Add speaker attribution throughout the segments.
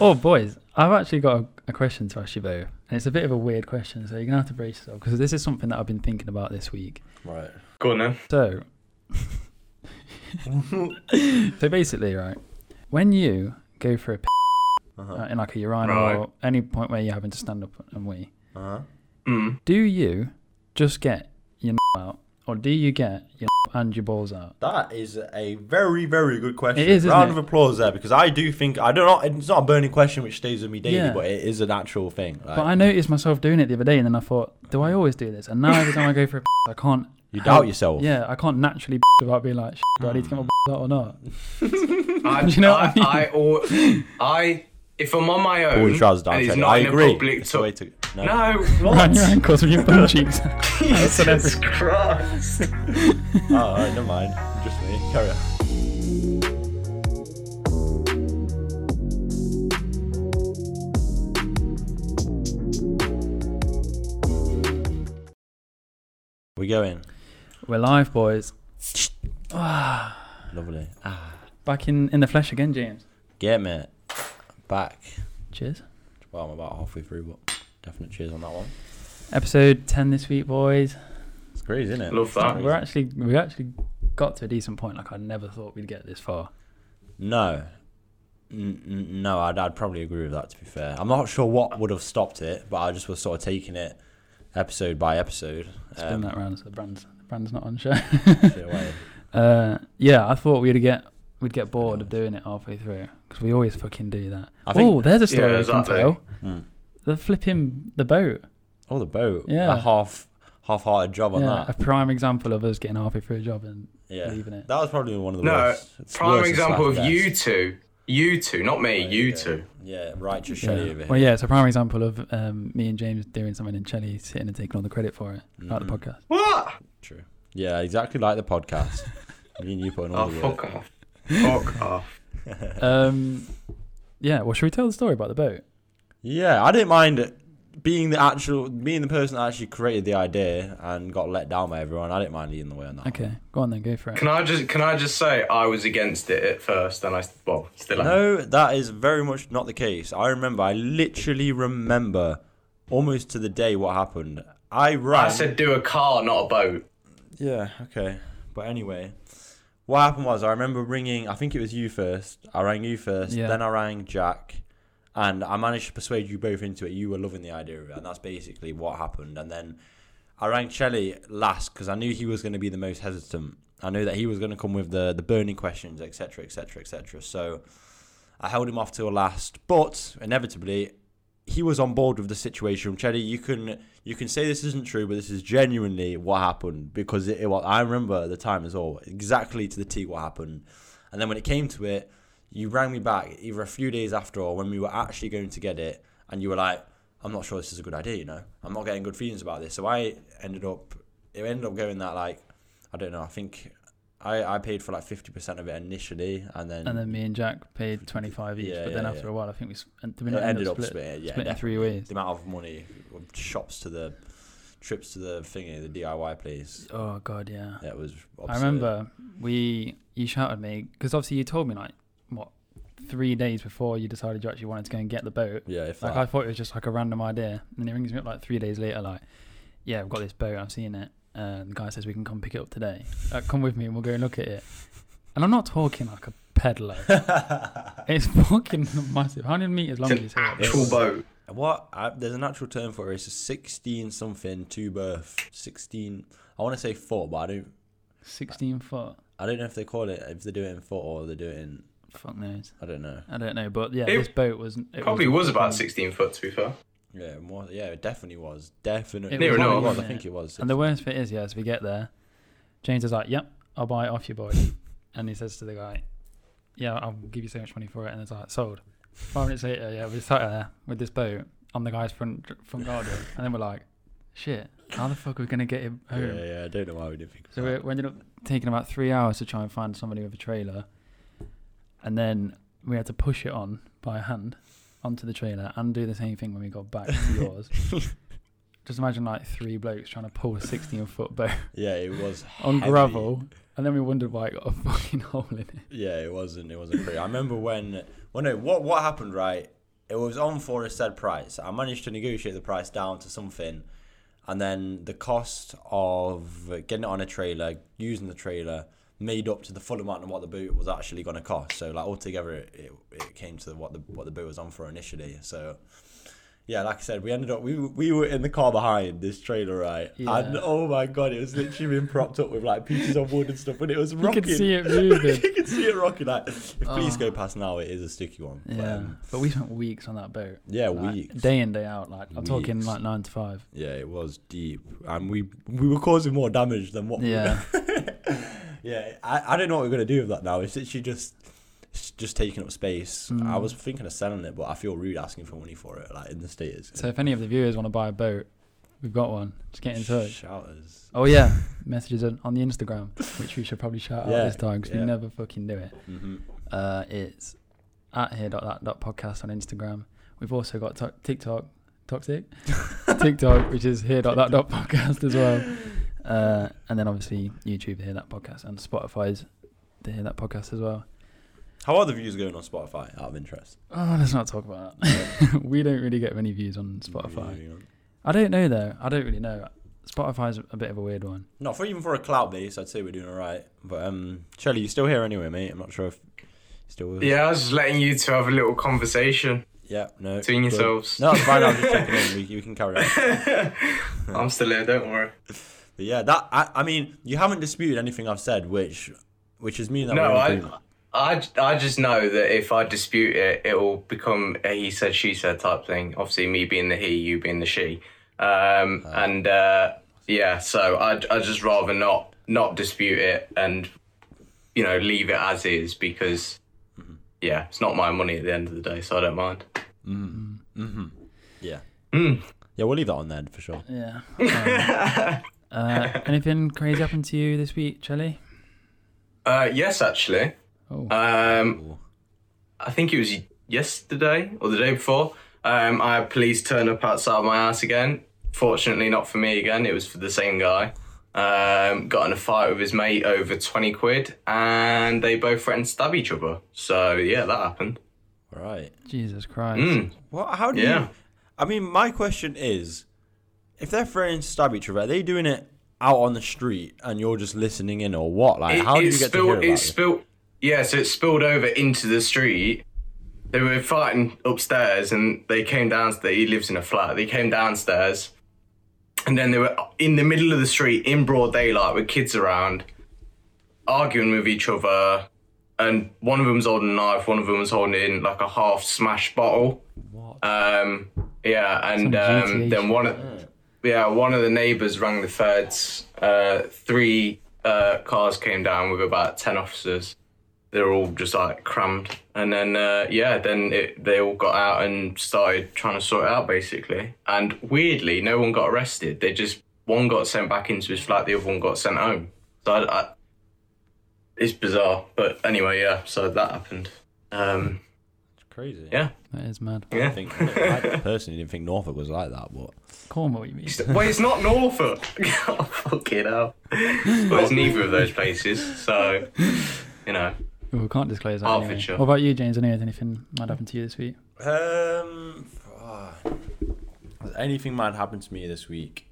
Speaker 1: Oh, boys, I've actually got a, a question to ask you, though. And it's a bit of a weird question, so you're going to have to brace yourself because this is something that I've been thinking about this week.
Speaker 2: Right.
Speaker 3: Go on then.
Speaker 1: So, so basically, right, when you go for a p-
Speaker 2: Uh-huh.
Speaker 1: uh, in like a urinal
Speaker 3: Right.
Speaker 1: or any point where you're having to stand up and wee,
Speaker 2: Uh-huh.
Speaker 3: Mm.
Speaker 1: do you just get your out or do you get your and your balls out?
Speaker 2: That is a very, very good question.
Speaker 1: It is, isn't
Speaker 2: Round
Speaker 1: it?
Speaker 2: of applause there because I do think I don't know. It's not a burning question which stays with me daily,
Speaker 1: Yeah.
Speaker 2: but it is an actual thing. Like,
Speaker 1: But I noticed myself doing it the other day, and then I thought, do I always do this? And now every time I go for a I can't.
Speaker 2: you
Speaker 1: help-
Speaker 2: doubt yourself.
Speaker 1: Yeah, I can't naturally without being like, "Shit, do I need to get my out or not?
Speaker 3: I,
Speaker 1: Do you know
Speaker 3: I,
Speaker 1: what I mean?
Speaker 3: I, or I, if I'm on my own,
Speaker 2: Always trousers down.
Speaker 3: and it's
Speaker 2: Teddy.
Speaker 3: not
Speaker 2: I
Speaker 3: in
Speaker 2: agree.
Speaker 3: a public
Speaker 2: It's the way
Speaker 3: toilet.
Speaker 2: to,
Speaker 3: No,
Speaker 1: Around your
Speaker 3: what?
Speaker 1: ankles with your bum cheeks.
Speaker 3: Jesus Christ.
Speaker 2: Oh, alright, never mind. Just me. Carry on. We go in.
Speaker 1: We're live, boys. Ah,
Speaker 2: Lovely.
Speaker 1: Back in, in the flesh again, James.
Speaker 2: Get me back.
Speaker 1: Cheers.
Speaker 2: Well, I'm about halfway through, but definite cheers on that one.
Speaker 1: Episode ten this week, boys.
Speaker 2: It's crazy, isn't it?
Speaker 3: Love that.
Speaker 1: We're actually we actually got to a decent point. Like I never thought we'd get this far.
Speaker 2: No. N- n- no, I'd, I'd probably agree with that, to be fair. I'm not sure what would have stopped it, but I just was sort of taking it episode by episode.
Speaker 1: Spin
Speaker 2: Um,
Speaker 1: that round so the brand's the brand's not on show.
Speaker 2: straight away.
Speaker 1: uh, yeah, I thought we'd get we'd get bored of doing it halfway through because we always fucking do that.
Speaker 2: I think-
Speaker 1: Oh, there's a story
Speaker 3: Yeah,
Speaker 1: I can
Speaker 3: exactly.
Speaker 1: tell.
Speaker 2: Mm.
Speaker 1: The flipping the boat.
Speaker 2: Oh, the boat.
Speaker 1: Yeah.
Speaker 2: A half, half-hearted job on
Speaker 1: Yeah, a
Speaker 2: that.
Speaker 1: prime example of us getting halfway through a job and
Speaker 2: Yeah.
Speaker 1: leaving it.
Speaker 2: That was probably one of the
Speaker 3: No,
Speaker 2: worst. It's
Speaker 3: prime
Speaker 2: worse than
Speaker 3: example of
Speaker 2: slap
Speaker 3: you
Speaker 2: fest.
Speaker 3: two. You two, not me, you
Speaker 2: Yeah.
Speaker 3: two.
Speaker 2: Yeah, righteous
Speaker 1: Yeah.
Speaker 2: Shelley over here.
Speaker 1: Well, yeah, it's a prime example of um, me and James doing something and Chelly sitting and taking all the credit for it, like the podcast.
Speaker 2: Mm-hmm.
Speaker 3: What?
Speaker 2: True. Hmm. Yeah, exactly like the podcast. Me and you putting all
Speaker 3: Oh,
Speaker 2: the
Speaker 3: fuck
Speaker 2: work.
Speaker 3: off. Fuck off.
Speaker 1: Um, yeah, well, should we tell the story about the boat?
Speaker 2: Yeah, I didn't mind it. being the actual, being the person that actually created the idea and got let down by everyone. I didn't mind eating the way on that.
Speaker 1: Okay, go on then, go for it.
Speaker 3: Can I just can I just say I was against it at first, and I s- well still am.
Speaker 2: No, that is very much not the case. I remember, I literally remember almost to the day what happened. I ran.
Speaker 3: I said do a car, not a boat.
Speaker 2: yeah, okay. But anyway, what happened was I remember ringing, I think it was you first. I rang you first,
Speaker 1: Yeah.
Speaker 2: then I rang Jack, and I managed to persuade you both into it. You were loving the idea of it, and that's basically what happened. And then I rang Chelly last because I knew he was going to be the most hesitant. I knew that he was going to come with the, the burning questions, etc., etc., etc. So I held him off till last, but inevitably he was on board with the situation. Chelly, you can you can say this isn't true, but this is genuinely what happened because it, it well, I remember at the time as well exactly to the T what happened. And then when it came to it, you rang me back either a few days after or when we were actually going to get it, and you were like, "I'm not sure this is a good idea," you know. I'm not getting good feelings about this, so I ended up it ended up going that like I don't know. I think I I paid for like fifty percent of it initially, and then
Speaker 1: And then me and Jack paid 25 each,
Speaker 2: Yeah,
Speaker 1: but then
Speaker 2: yeah,
Speaker 1: after
Speaker 2: yeah.
Speaker 1: a while, I think we, sp- and did we
Speaker 2: it
Speaker 1: not end
Speaker 2: ended
Speaker 1: up
Speaker 2: up
Speaker 1: split,
Speaker 2: split. Yeah,
Speaker 1: split in three ways.
Speaker 2: the amount of money shops to the trips to the thingy the DIY place
Speaker 1: Oh, God, yeah.
Speaker 2: that was
Speaker 1: I
Speaker 2: obscene.
Speaker 1: remember we you shouted me because obviously you told me like what three days before you decided you actually wanted to go and get the boat.
Speaker 2: yeah if
Speaker 1: Like
Speaker 2: that,
Speaker 1: I thought it was just like a random idea, and he rings me up like three days later, like, "Yeah, I've got this boat. I've seen it." And the guy says we can come pick it up today. Uh, come with me, and we'll go and look at it. And I'm not talking like a peddler. it's fucking massive. How many meters long
Speaker 3: It's
Speaker 1: is
Speaker 3: an
Speaker 1: it?
Speaker 3: actual boat.
Speaker 2: what I, there's an actual term for it it's a 16 something two berth 16 I want to say foot but I don't
Speaker 1: Sixteen foot.
Speaker 2: I don't know if they call it if they do it in foot or they do it in
Speaker 1: Fuck knows.
Speaker 2: I don't know
Speaker 1: I don't know, but yeah,
Speaker 3: It
Speaker 1: this boat was it
Speaker 3: Probably was about
Speaker 1: fucking-
Speaker 3: 16 foot to be fair.
Speaker 2: yeah more, yeah it definitely was definitely
Speaker 1: It
Speaker 3: Near
Speaker 2: was,
Speaker 3: enough,
Speaker 2: it was, I
Speaker 1: wasn't
Speaker 2: think it was
Speaker 1: And the worst bit is, yeah, as we get there, James is like, "Yep, I'll buy it off you, boy," and he says to the guy, "Yeah, I'll give you so much money for it," and it's like sold. Five minutes later, yeah, we're sat there with this boat on the guy's front front garden, and then we're like, "Shit, how the fuck are we gonna get him home?"
Speaker 2: yeah yeah I don't know why we didn't think of
Speaker 1: So
Speaker 2: that.
Speaker 1: we, we ended up taking about three hours to try and find somebody with a trailer, and then we had to push it on by hand onto the trailer and do the same thing when we got back to yours. Just imagine like three blokes trying to pull a 16 foot boat
Speaker 2: yeah it was
Speaker 1: on
Speaker 2: heavy.
Speaker 1: gravel, and then we wondered why it got a fucking hole in it.
Speaker 2: Yeah, it wasn't. It wasn't pretty. I remember when. Well, no. What what happened? Right. it was on for a said price. I managed to negotiate the price down to something, and then the cost of getting it on a trailer, using the trailer, made up to the full amount of what the boot was actually going to cost. So like altogether, it, it, it came to what the what the boot was on for initially. So. Yeah, like I said, we ended up we we were in the car behind this trailer, right?
Speaker 1: Yeah.
Speaker 2: And oh my god, it was literally being propped up with like pieces of wood and stuff, and it was
Speaker 1: You
Speaker 2: rocking.
Speaker 1: could see it moving.
Speaker 2: you can see it rocking. Like, if please go past now, it is a sticky one. But,
Speaker 1: Ah. yeah,
Speaker 2: um,
Speaker 1: but we spent weeks on that boat.
Speaker 2: yeah,
Speaker 1: like,
Speaker 2: weeks.
Speaker 1: day in day out. Like I'm talking
Speaker 2: Weeks.
Speaker 1: like nine to five.
Speaker 2: yeah, it was deep, and we we were causing more damage than what.
Speaker 1: Yeah,
Speaker 2: yeah. I, I don't know what we're gonna do with that now. It's literally just it's just taking up space. I
Speaker 1: Mm.
Speaker 2: was thinking of selling it, but I feel rude asking for money for it. Like in the states.
Speaker 1: so if any of the viewers want to buy a boat, we've got one. Just get in touch.
Speaker 2: Shouters.
Speaker 1: Oh yeah, messages on on the Instagram, which we should probably shout out
Speaker 2: Yeah,
Speaker 1: this time because
Speaker 2: yeah.
Speaker 1: we never fucking do it.
Speaker 2: Mm-hmm.
Speaker 1: Uh, it's at here dot that dot podcast on Instagram. We've also got to- TikTok, toxic TikTok, which is here dot that dot podcast as well. Uh, and then obviously YouTube, the hear that podcast, and Spotify's the hear that podcast as well.
Speaker 2: How are the views going on Spotify? Out of interest.
Speaker 1: Oh, let's not talk about that. we don't really get many views on Spotify.
Speaker 2: Moving on.
Speaker 1: I don't know though. I don't really know. Spotify's a bit of a weird one.
Speaker 2: Not for even for a cloud base, I'd say we're doing all right. But um, Shelley, you still here anyway, mate? I'm not sure if you're still with us.
Speaker 3: Yeah, I was just letting you two have a little conversation
Speaker 2: Yeah, no.
Speaker 3: between
Speaker 2: good.
Speaker 3: yourselves.
Speaker 2: No, it's fine. I'm just checking in. We, you can carry on.
Speaker 3: I'm still here, don't worry.
Speaker 2: But yeah, that I, I mean, you haven't disputed anything I've said, which which is me. That
Speaker 3: No,
Speaker 2: we're in
Speaker 3: I,
Speaker 2: agreement.
Speaker 3: I, I just know that if I dispute it, it will become a he said, she said type thing. Obviously, me being the he, you being the she. Um, and uh, yeah, so I'd, I'd just rather not not dispute it and, you know, leave it as is because, yeah, it's not my money at the end of the day, so I don't mind.
Speaker 2: Yeah.
Speaker 3: Hmm.
Speaker 2: Yeah, we'll leave that on there for sure.
Speaker 1: Yeah. Um, uh, anything crazy happened to you this week, Chelly?
Speaker 3: Uh, yes, actually.
Speaker 1: Oh,
Speaker 3: Um,
Speaker 2: Cool.
Speaker 3: I think it was yesterday or the day before. Um, I had police turn up outside my house again. Fortunately, not for me again. It was for the same guy. Um, got in a fight with his mate over twenty quid, and they both threatened to stab each other. So yeah, that happened.
Speaker 2: All right.
Speaker 1: Jesus Christ.
Speaker 3: Mm.
Speaker 2: What? How do
Speaker 3: Yeah.
Speaker 2: you? I mean, my question is, if they're threatening to stab each other, are they doing it out on the street and you're just listening in, or what? Like,
Speaker 3: It,
Speaker 2: how do
Speaker 3: it
Speaker 2: you get
Speaker 3: spilled.
Speaker 2: to hear about
Speaker 3: it
Speaker 2: this?
Speaker 3: spilled. Yeah, so it spilled over into the street. They were fighting upstairs, and they came downstairs. He lives in a flat. They came downstairs, and then they were in the middle of the street in broad daylight with kids around, arguing with each other. And one of them was holding a knife. One of them was holding like a half smashed bottle.
Speaker 2: What?
Speaker 3: Um, yeah, and
Speaker 1: Some
Speaker 3: um,
Speaker 1: GTA
Speaker 3: then one of yeah one of the neighbours rang the thirds. Uh, three uh, cars came down with about ten officers. They were all just like crammed, and then uh, yeah, then it, they all got out and started trying to sort it out basically. And weirdly, no one got arrested. They just one got sent back into his flat, the other one got sent home. So I, I, it's bizarre, but anyway, yeah. So that happened. Um,
Speaker 2: It's crazy.
Speaker 3: yeah.
Speaker 1: That is mad.
Speaker 2: I
Speaker 3: Yeah.
Speaker 2: think I personally didn't think Norfolk was like that, but
Speaker 1: Cornwall, you mean?
Speaker 3: Well, it's not Norfolk. oh, fucking hell. Well, it's neither of those places, so, you know.
Speaker 1: Ooh, we can't disclose that.
Speaker 2: Oh,
Speaker 3: Hertfordshire.
Speaker 1: Anyway. What about you, James? Any anything might happen to you this week?
Speaker 2: Um, ah, has anything might happen to me this week.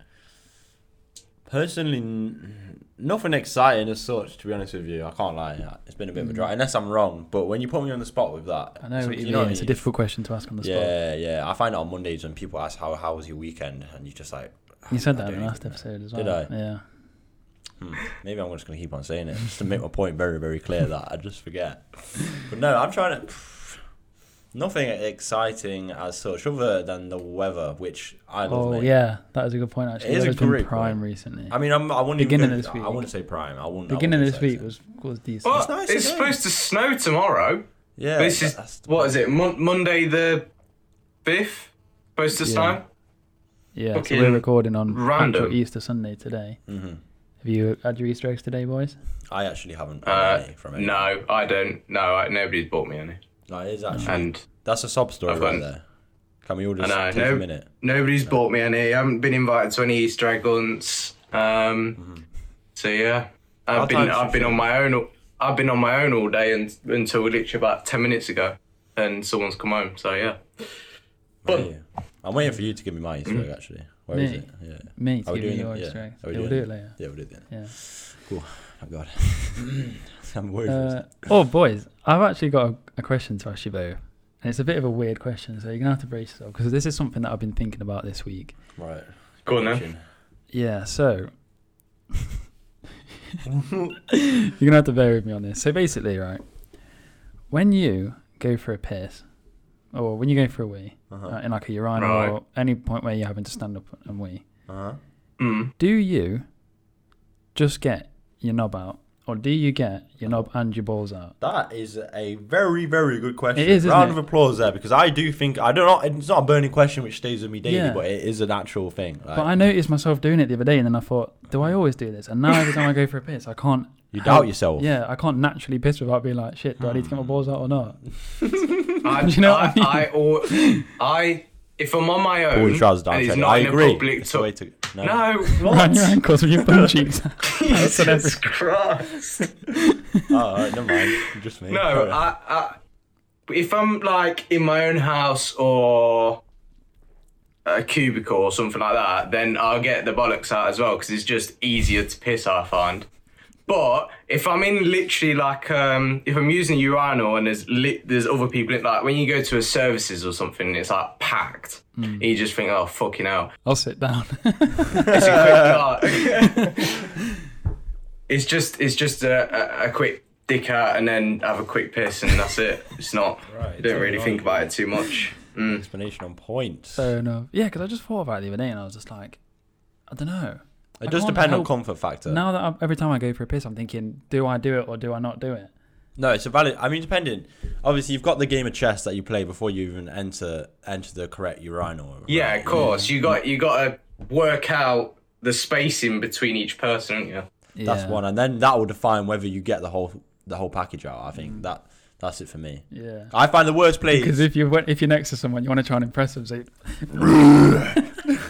Speaker 2: Personally, n- nothing exciting as such. To be honest with you, I can't lie. It's been a bit of a dry, unless I'm wrong. But when you put me on the spot with that,
Speaker 1: Mm. I know
Speaker 2: so-
Speaker 1: what you
Speaker 2: you know
Speaker 1: mean.
Speaker 2: what I
Speaker 1: It's a
Speaker 2: mean?
Speaker 1: difficult question to ask on the spot.
Speaker 2: Yeah, yeah. I find it on Mondays when people ask how how was your weekend, and you just like.
Speaker 1: You said
Speaker 2: I
Speaker 1: that in
Speaker 2: don't
Speaker 1: the
Speaker 2: even
Speaker 1: last episode as well.
Speaker 2: Did I?
Speaker 1: Yeah.
Speaker 2: Hmm, maybe I'm just gonna keep on saying it just to make my point very very clear that I just forget. But no, I'm trying to. Nothing exciting as such, other than the weather, which I love.
Speaker 1: Oh
Speaker 2: mate.
Speaker 1: yeah, that is a good point actually.
Speaker 2: It is
Speaker 1: Weather's
Speaker 2: a
Speaker 1: been
Speaker 2: great
Speaker 1: prime
Speaker 2: point.
Speaker 1: recently.
Speaker 2: I mean, I'm, I wouldn't even
Speaker 1: Beginning
Speaker 2: go-
Speaker 1: of this week.
Speaker 2: I wouldn't say prime. I wouldn't. I
Speaker 1: Beginning of
Speaker 2: wouldn't
Speaker 1: this week
Speaker 2: say so.
Speaker 1: was was decent.
Speaker 3: But
Speaker 2: nice
Speaker 3: it's
Speaker 2: today.
Speaker 3: supposed to snow tomorrow.
Speaker 2: Yeah.
Speaker 3: This is,
Speaker 2: that's the
Speaker 3: what
Speaker 2: point.
Speaker 3: is it, Mon- Monday the 5th? Supposed to snow?
Speaker 1: yeah, so
Speaker 3: fucking
Speaker 1: we're recording on
Speaker 3: random.
Speaker 1: actual Easter Sunday today. Mm-hmm. Have you had your Easter eggs today, boys?
Speaker 2: I actually haven't.
Speaker 3: Uh,
Speaker 2: had any from it.
Speaker 3: no, I don't. No, I, nobody's bought me any.
Speaker 2: No, it is actually.
Speaker 3: And
Speaker 2: that's a sob story
Speaker 3: Uh, I've
Speaker 2: right
Speaker 3: got-
Speaker 2: there. Can we all just
Speaker 3: know,
Speaker 2: take a
Speaker 3: no-
Speaker 2: minute?
Speaker 3: nobody's bought me any. I haven't been invited to any Easter egg hunts. Um,
Speaker 1: Mm-hmm.
Speaker 3: So, yeah. I've
Speaker 2: Our
Speaker 3: been,
Speaker 2: times
Speaker 3: I've
Speaker 2: have
Speaker 3: been on
Speaker 2: changed.
Speaker 3: my own. all- I've been on my own all day and, until literally about 10 minutes ago, and someone's come home. So, yeah.
Speaker 2: Yeah, yeah. I'm waiting for you to give me
Speaker 3: Mm.
Speaker 2: my Easter egg actually. Where is
Speaker 1: Me?
Speaker 2: it? Yeah.
Speaker 1: Me to
Speaker 2: Are we
Speaker 1: give you
Speaker 2: doing
Speaker 1: your
Speaker 2: it? Yeah.
Speaker 1: Easter eggs.
Speaker 2: Are we
Speaker 1: Yeah, we'll do
Speaker 2: doing
Speaker 1: it later.
Speaker 2: Yeah, we'll do it then.
Speaker 1: Yeah.
Speaker 2: Oh god. I'm worried for a
Speaker 1: Uh,
Speaker 2: sec.
Speaker 1: oh, boys, I've actually got a, a question to ask you both. And it's a bit of a weird question, so you're going to have to brace yourself because this is something that I've been thinking about this week.
Speaker 2: Right.
Speaker 3: Go on then.
Speaker 2: Action.
Speaker 1: Yeah, so. you're going to have to bear with me on this. So basically, right, when you go for a piss, or when you go for a wee,
Speaker 2: Uh-huh.
Speaker 1: right, in like a urinal
Speaker 3: Right.
Speaker 1: or any point where you're having to stand up and wee,
Speaker 2: Uh-huh.
Speaker 3: Mm.
Speaker 1: do you just get your knob out, or do you get your knob and your balls out?
Speaker 2: That is a very, very good question.
Speaker 1: It is, isn't
Speaker 2: Round
Speaker 1: it?
Speaker 2: of applause there because I do think I do not. It's not a burning question which stays with me daily,
Speaker 1: Yeah.
Speaker 2: but it is an actual thing. Like,
Speaker 1: But I noticed myself doing it the other day, and then I thought, do I always do this? And now every time I go for a piss, I can't.
Speaker 2: you
Speaker 1: help-
Speaker 2: doubt yourself.
Speaker 1: Yeah, I can't naturally piss without being like, shit, do I need to get my
Speaker 2: Hmm.
Speaker 1: balls out or not?
Speaker 3: I,
Speaker 1: Do you know
Speaker 3: I,
Speaker 1: what I mean?
Speaker 3: I, or, I, if I'm on my own,
Speaker 2: Pull your trousers down.
Speaker 3: Mm-hmm. and it's
Speaker 2: Teddy.
Speaker 3: not
Speaker 2: I
Speaker 3: in a
Speaker 2: agree.
Speaker 3: public
Speaker 2: It's the
Speaker 3: to-
Speaker 2: way to- no.
Speaker 3: No,
Speaker 1: Round your
Speaker 3: what?
Speaker 1: ankles with your bum cheeks. out.
Speaker 3: Jesus Christ.
Speaker 2: Oh, alright, never mind. Just me.
Speaker 3: No, I, I, if I'm like in my own house or a cubicle or something like that, then I'll get the bollocks out as well because it's just easier to piss. I find. But if I'm in literally like um, if I'm using a urinal and there's li- there's other people in, like when you go to a services or something, it's like packed. And you just think, oh fucking hell,
Speaker 1: I'll sit down.
Speaker 3: it's a quick dart. Uh, it's just it's just a, a, a quick dick out and then have a quick piss and that's it. It's not.
Speaker 2: Right,
Speaker 3: you don't
Speaker 2: so
Speaker 3: really
Speaker 2: you're
Speaker 3: think
Speaker 2: on-
Speaker 3: about it too much.
Speaker 2: explanation on point.
Speaker 1: Fair enough. Yeah, because I just thought about it the other day, and I was just like, I don't know.
Speaker 2: it does
Speaker 1: can't
Speaker 2: depend on
Speaker 1: help-
Speaker 2: comfort factor.
Speaker 1: Now that I, every time I go for a piss, I'm thinking, do I do it or do I not do it?
Speaker 2: No, it's a valid. I mean, depending. Obviously, you've got the game of chess that you play before you even enter enter the correct urinal. right?
Speaker 3: Yeah, of course. You got you got to work out the spacing between each person, haven't you?
Speaker 2: that's
Speaker 1: Yeah.
Speaker 2: one, and then that will define whether you get the whole the whole package out. I think that that's it for me.
Speaker 1: Yeah.
Speaker 2: I find the worst place.
Speaker 1: Mm. Because if you went, if you're next to someone, you want to try and impress them. So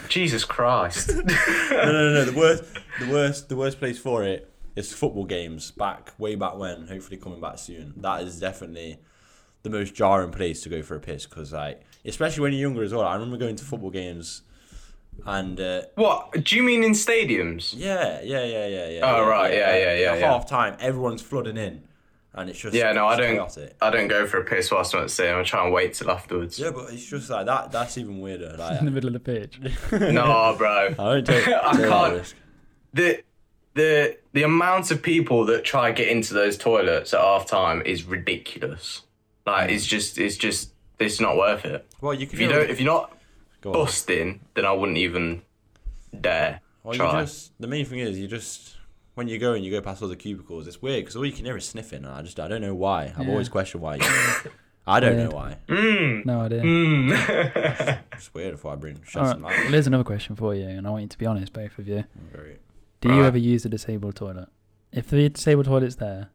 Speaker 3: Jesus Christ.
Speaker 2: no, no, no, no. The worst, the worst, the worst place for it is football games. Back way back when, hopefully coming back soon. That is definitely the most jarring place to go for a piss because, like, especially when you're younger as well. I remember going to football games, and uh,
Speaker 3: what? Do you mean in stadiums?
Speaker 2: yeah, yeah, yeah, yeah, yeah.
Speaker 3: Oh, right, yeah, yeah, yeah, yeah.
Speaker 2: Half time, everyone's flooding in, and it's just
Speaker 3: Yeah, no, I
Speaker 2: it's
Speaker 3: don't.
Speaker 2: chaotic.
Speaker 3: I don't go for a piss whilst I'm at the stadium. I try and wait till afterwards.
Speaker 2: Yeah, but it's just like that. That's even weirder. Like,
Speaker 1: in the middle of the pitch.
Speaker 3: No, bro.
Speaker 2: I don't take,
Speaker 3: I
Speaker 2: take that
Speaker 3: can't-
Speaker 2: risk.
Speaker 3: the the the amount of people that try to get into those toilets at half time is ridiculous. Like it's just it's just it's not worth it.
Speaker 2: Well, you could
Speaker 3: If you
Speaker 2: do it
Speaker 3: don't if you're not
Speaker 2: Go on.
Speaker 3: busting, then I wouldn't even dare
Speaker 2: Well,
Speaker 3: try.
Speaker 2: you just the main thing is you just when you go and you go past all the cubicles, it's weird because all you can hear is sniffing, and I just I don't know why. I've always questioned why. You, I don't know why.
Speaker 3: Mm.
Speaker 1: No idea.
Speaker 2: Mm. It's weird if I bring
Speaker 1: All
Speaker 2: shed
Speaker 1: right.
Speaker 2: some light.
Speaker 1: Well, here's another question for you, and I want you to be honest, both of you.
Speaker 2: Very-
Speaker 1: Do you
Speaker 3: Right.
Speaker 1: ever use a disabled toilet? If the disabled toilet's there,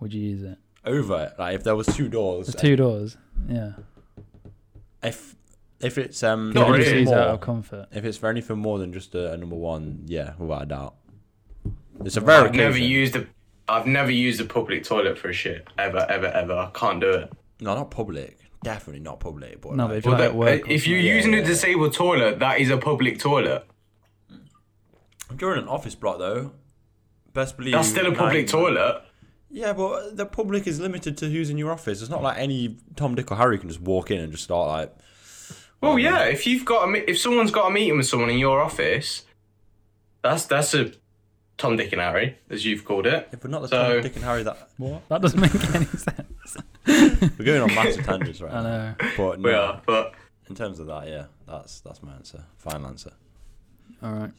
Speaker 1: would you use it?
Speaker 2: Over it. like if there was two doors,
Speaker 1: There's two doors. Yeah.
Speaker 2: if if it's um
Speaker 3: Not
Speaker 2: if
Speaker 1: You
Speaker 2: it's
Speaker 1: just
Speaker 3: really.
Speaker 1: use it out
Speaker 2: more-
Speaker 1: of comfort.
Speaker 2: if it's for anything more than just a, a number one, yeah, without a doubt. It's a
Speaker 3: I've
Speaker 2: very
Speaker 3: never used a I've never used a public toilet for a shit ever ever ever. I can't do it.
Speaker 2: no, not public, definitely not public. But
Speaker 1: No,
Speaker 2: like,
Speaker 1: but if you're like at work,
Speaker 3: Uh,
Speaker 1: or
Speaker 3: if you're using a disabled toilet, that is a public toilet.
Speaker 2: if you're in an office block though, best believe
Speaker 3: That's still a
Speaker 2: 99
Speaker 3: public toilet.
Speaker 2: Yeah, but the public is limited to who's in your office. It's not like any Tom, Dick, or Harry can just walk in and just start like.
Speaker 3: Well, yeah. If you've got a, me- if someone's got a meeting with someone in your office, that's that's a Tom, Dick, and Harry, as you've called it.
Speaker 2: If we're not the
Speaker 3: So-
Speaker 2: Tom, Dick, and Harry that
Speaker 1: something. What? That doesn't make any sense.
Speaker 2: we're going on massive tangents right
Speaker 1: I
Speaker 2: now.
Speaker 1: know.
Speaker 2: But no,
Speaker 3: We are, but
Speaker 2: in terms of that, yeah, that's that's my answer. Final answer. I
Speaker 1: All right.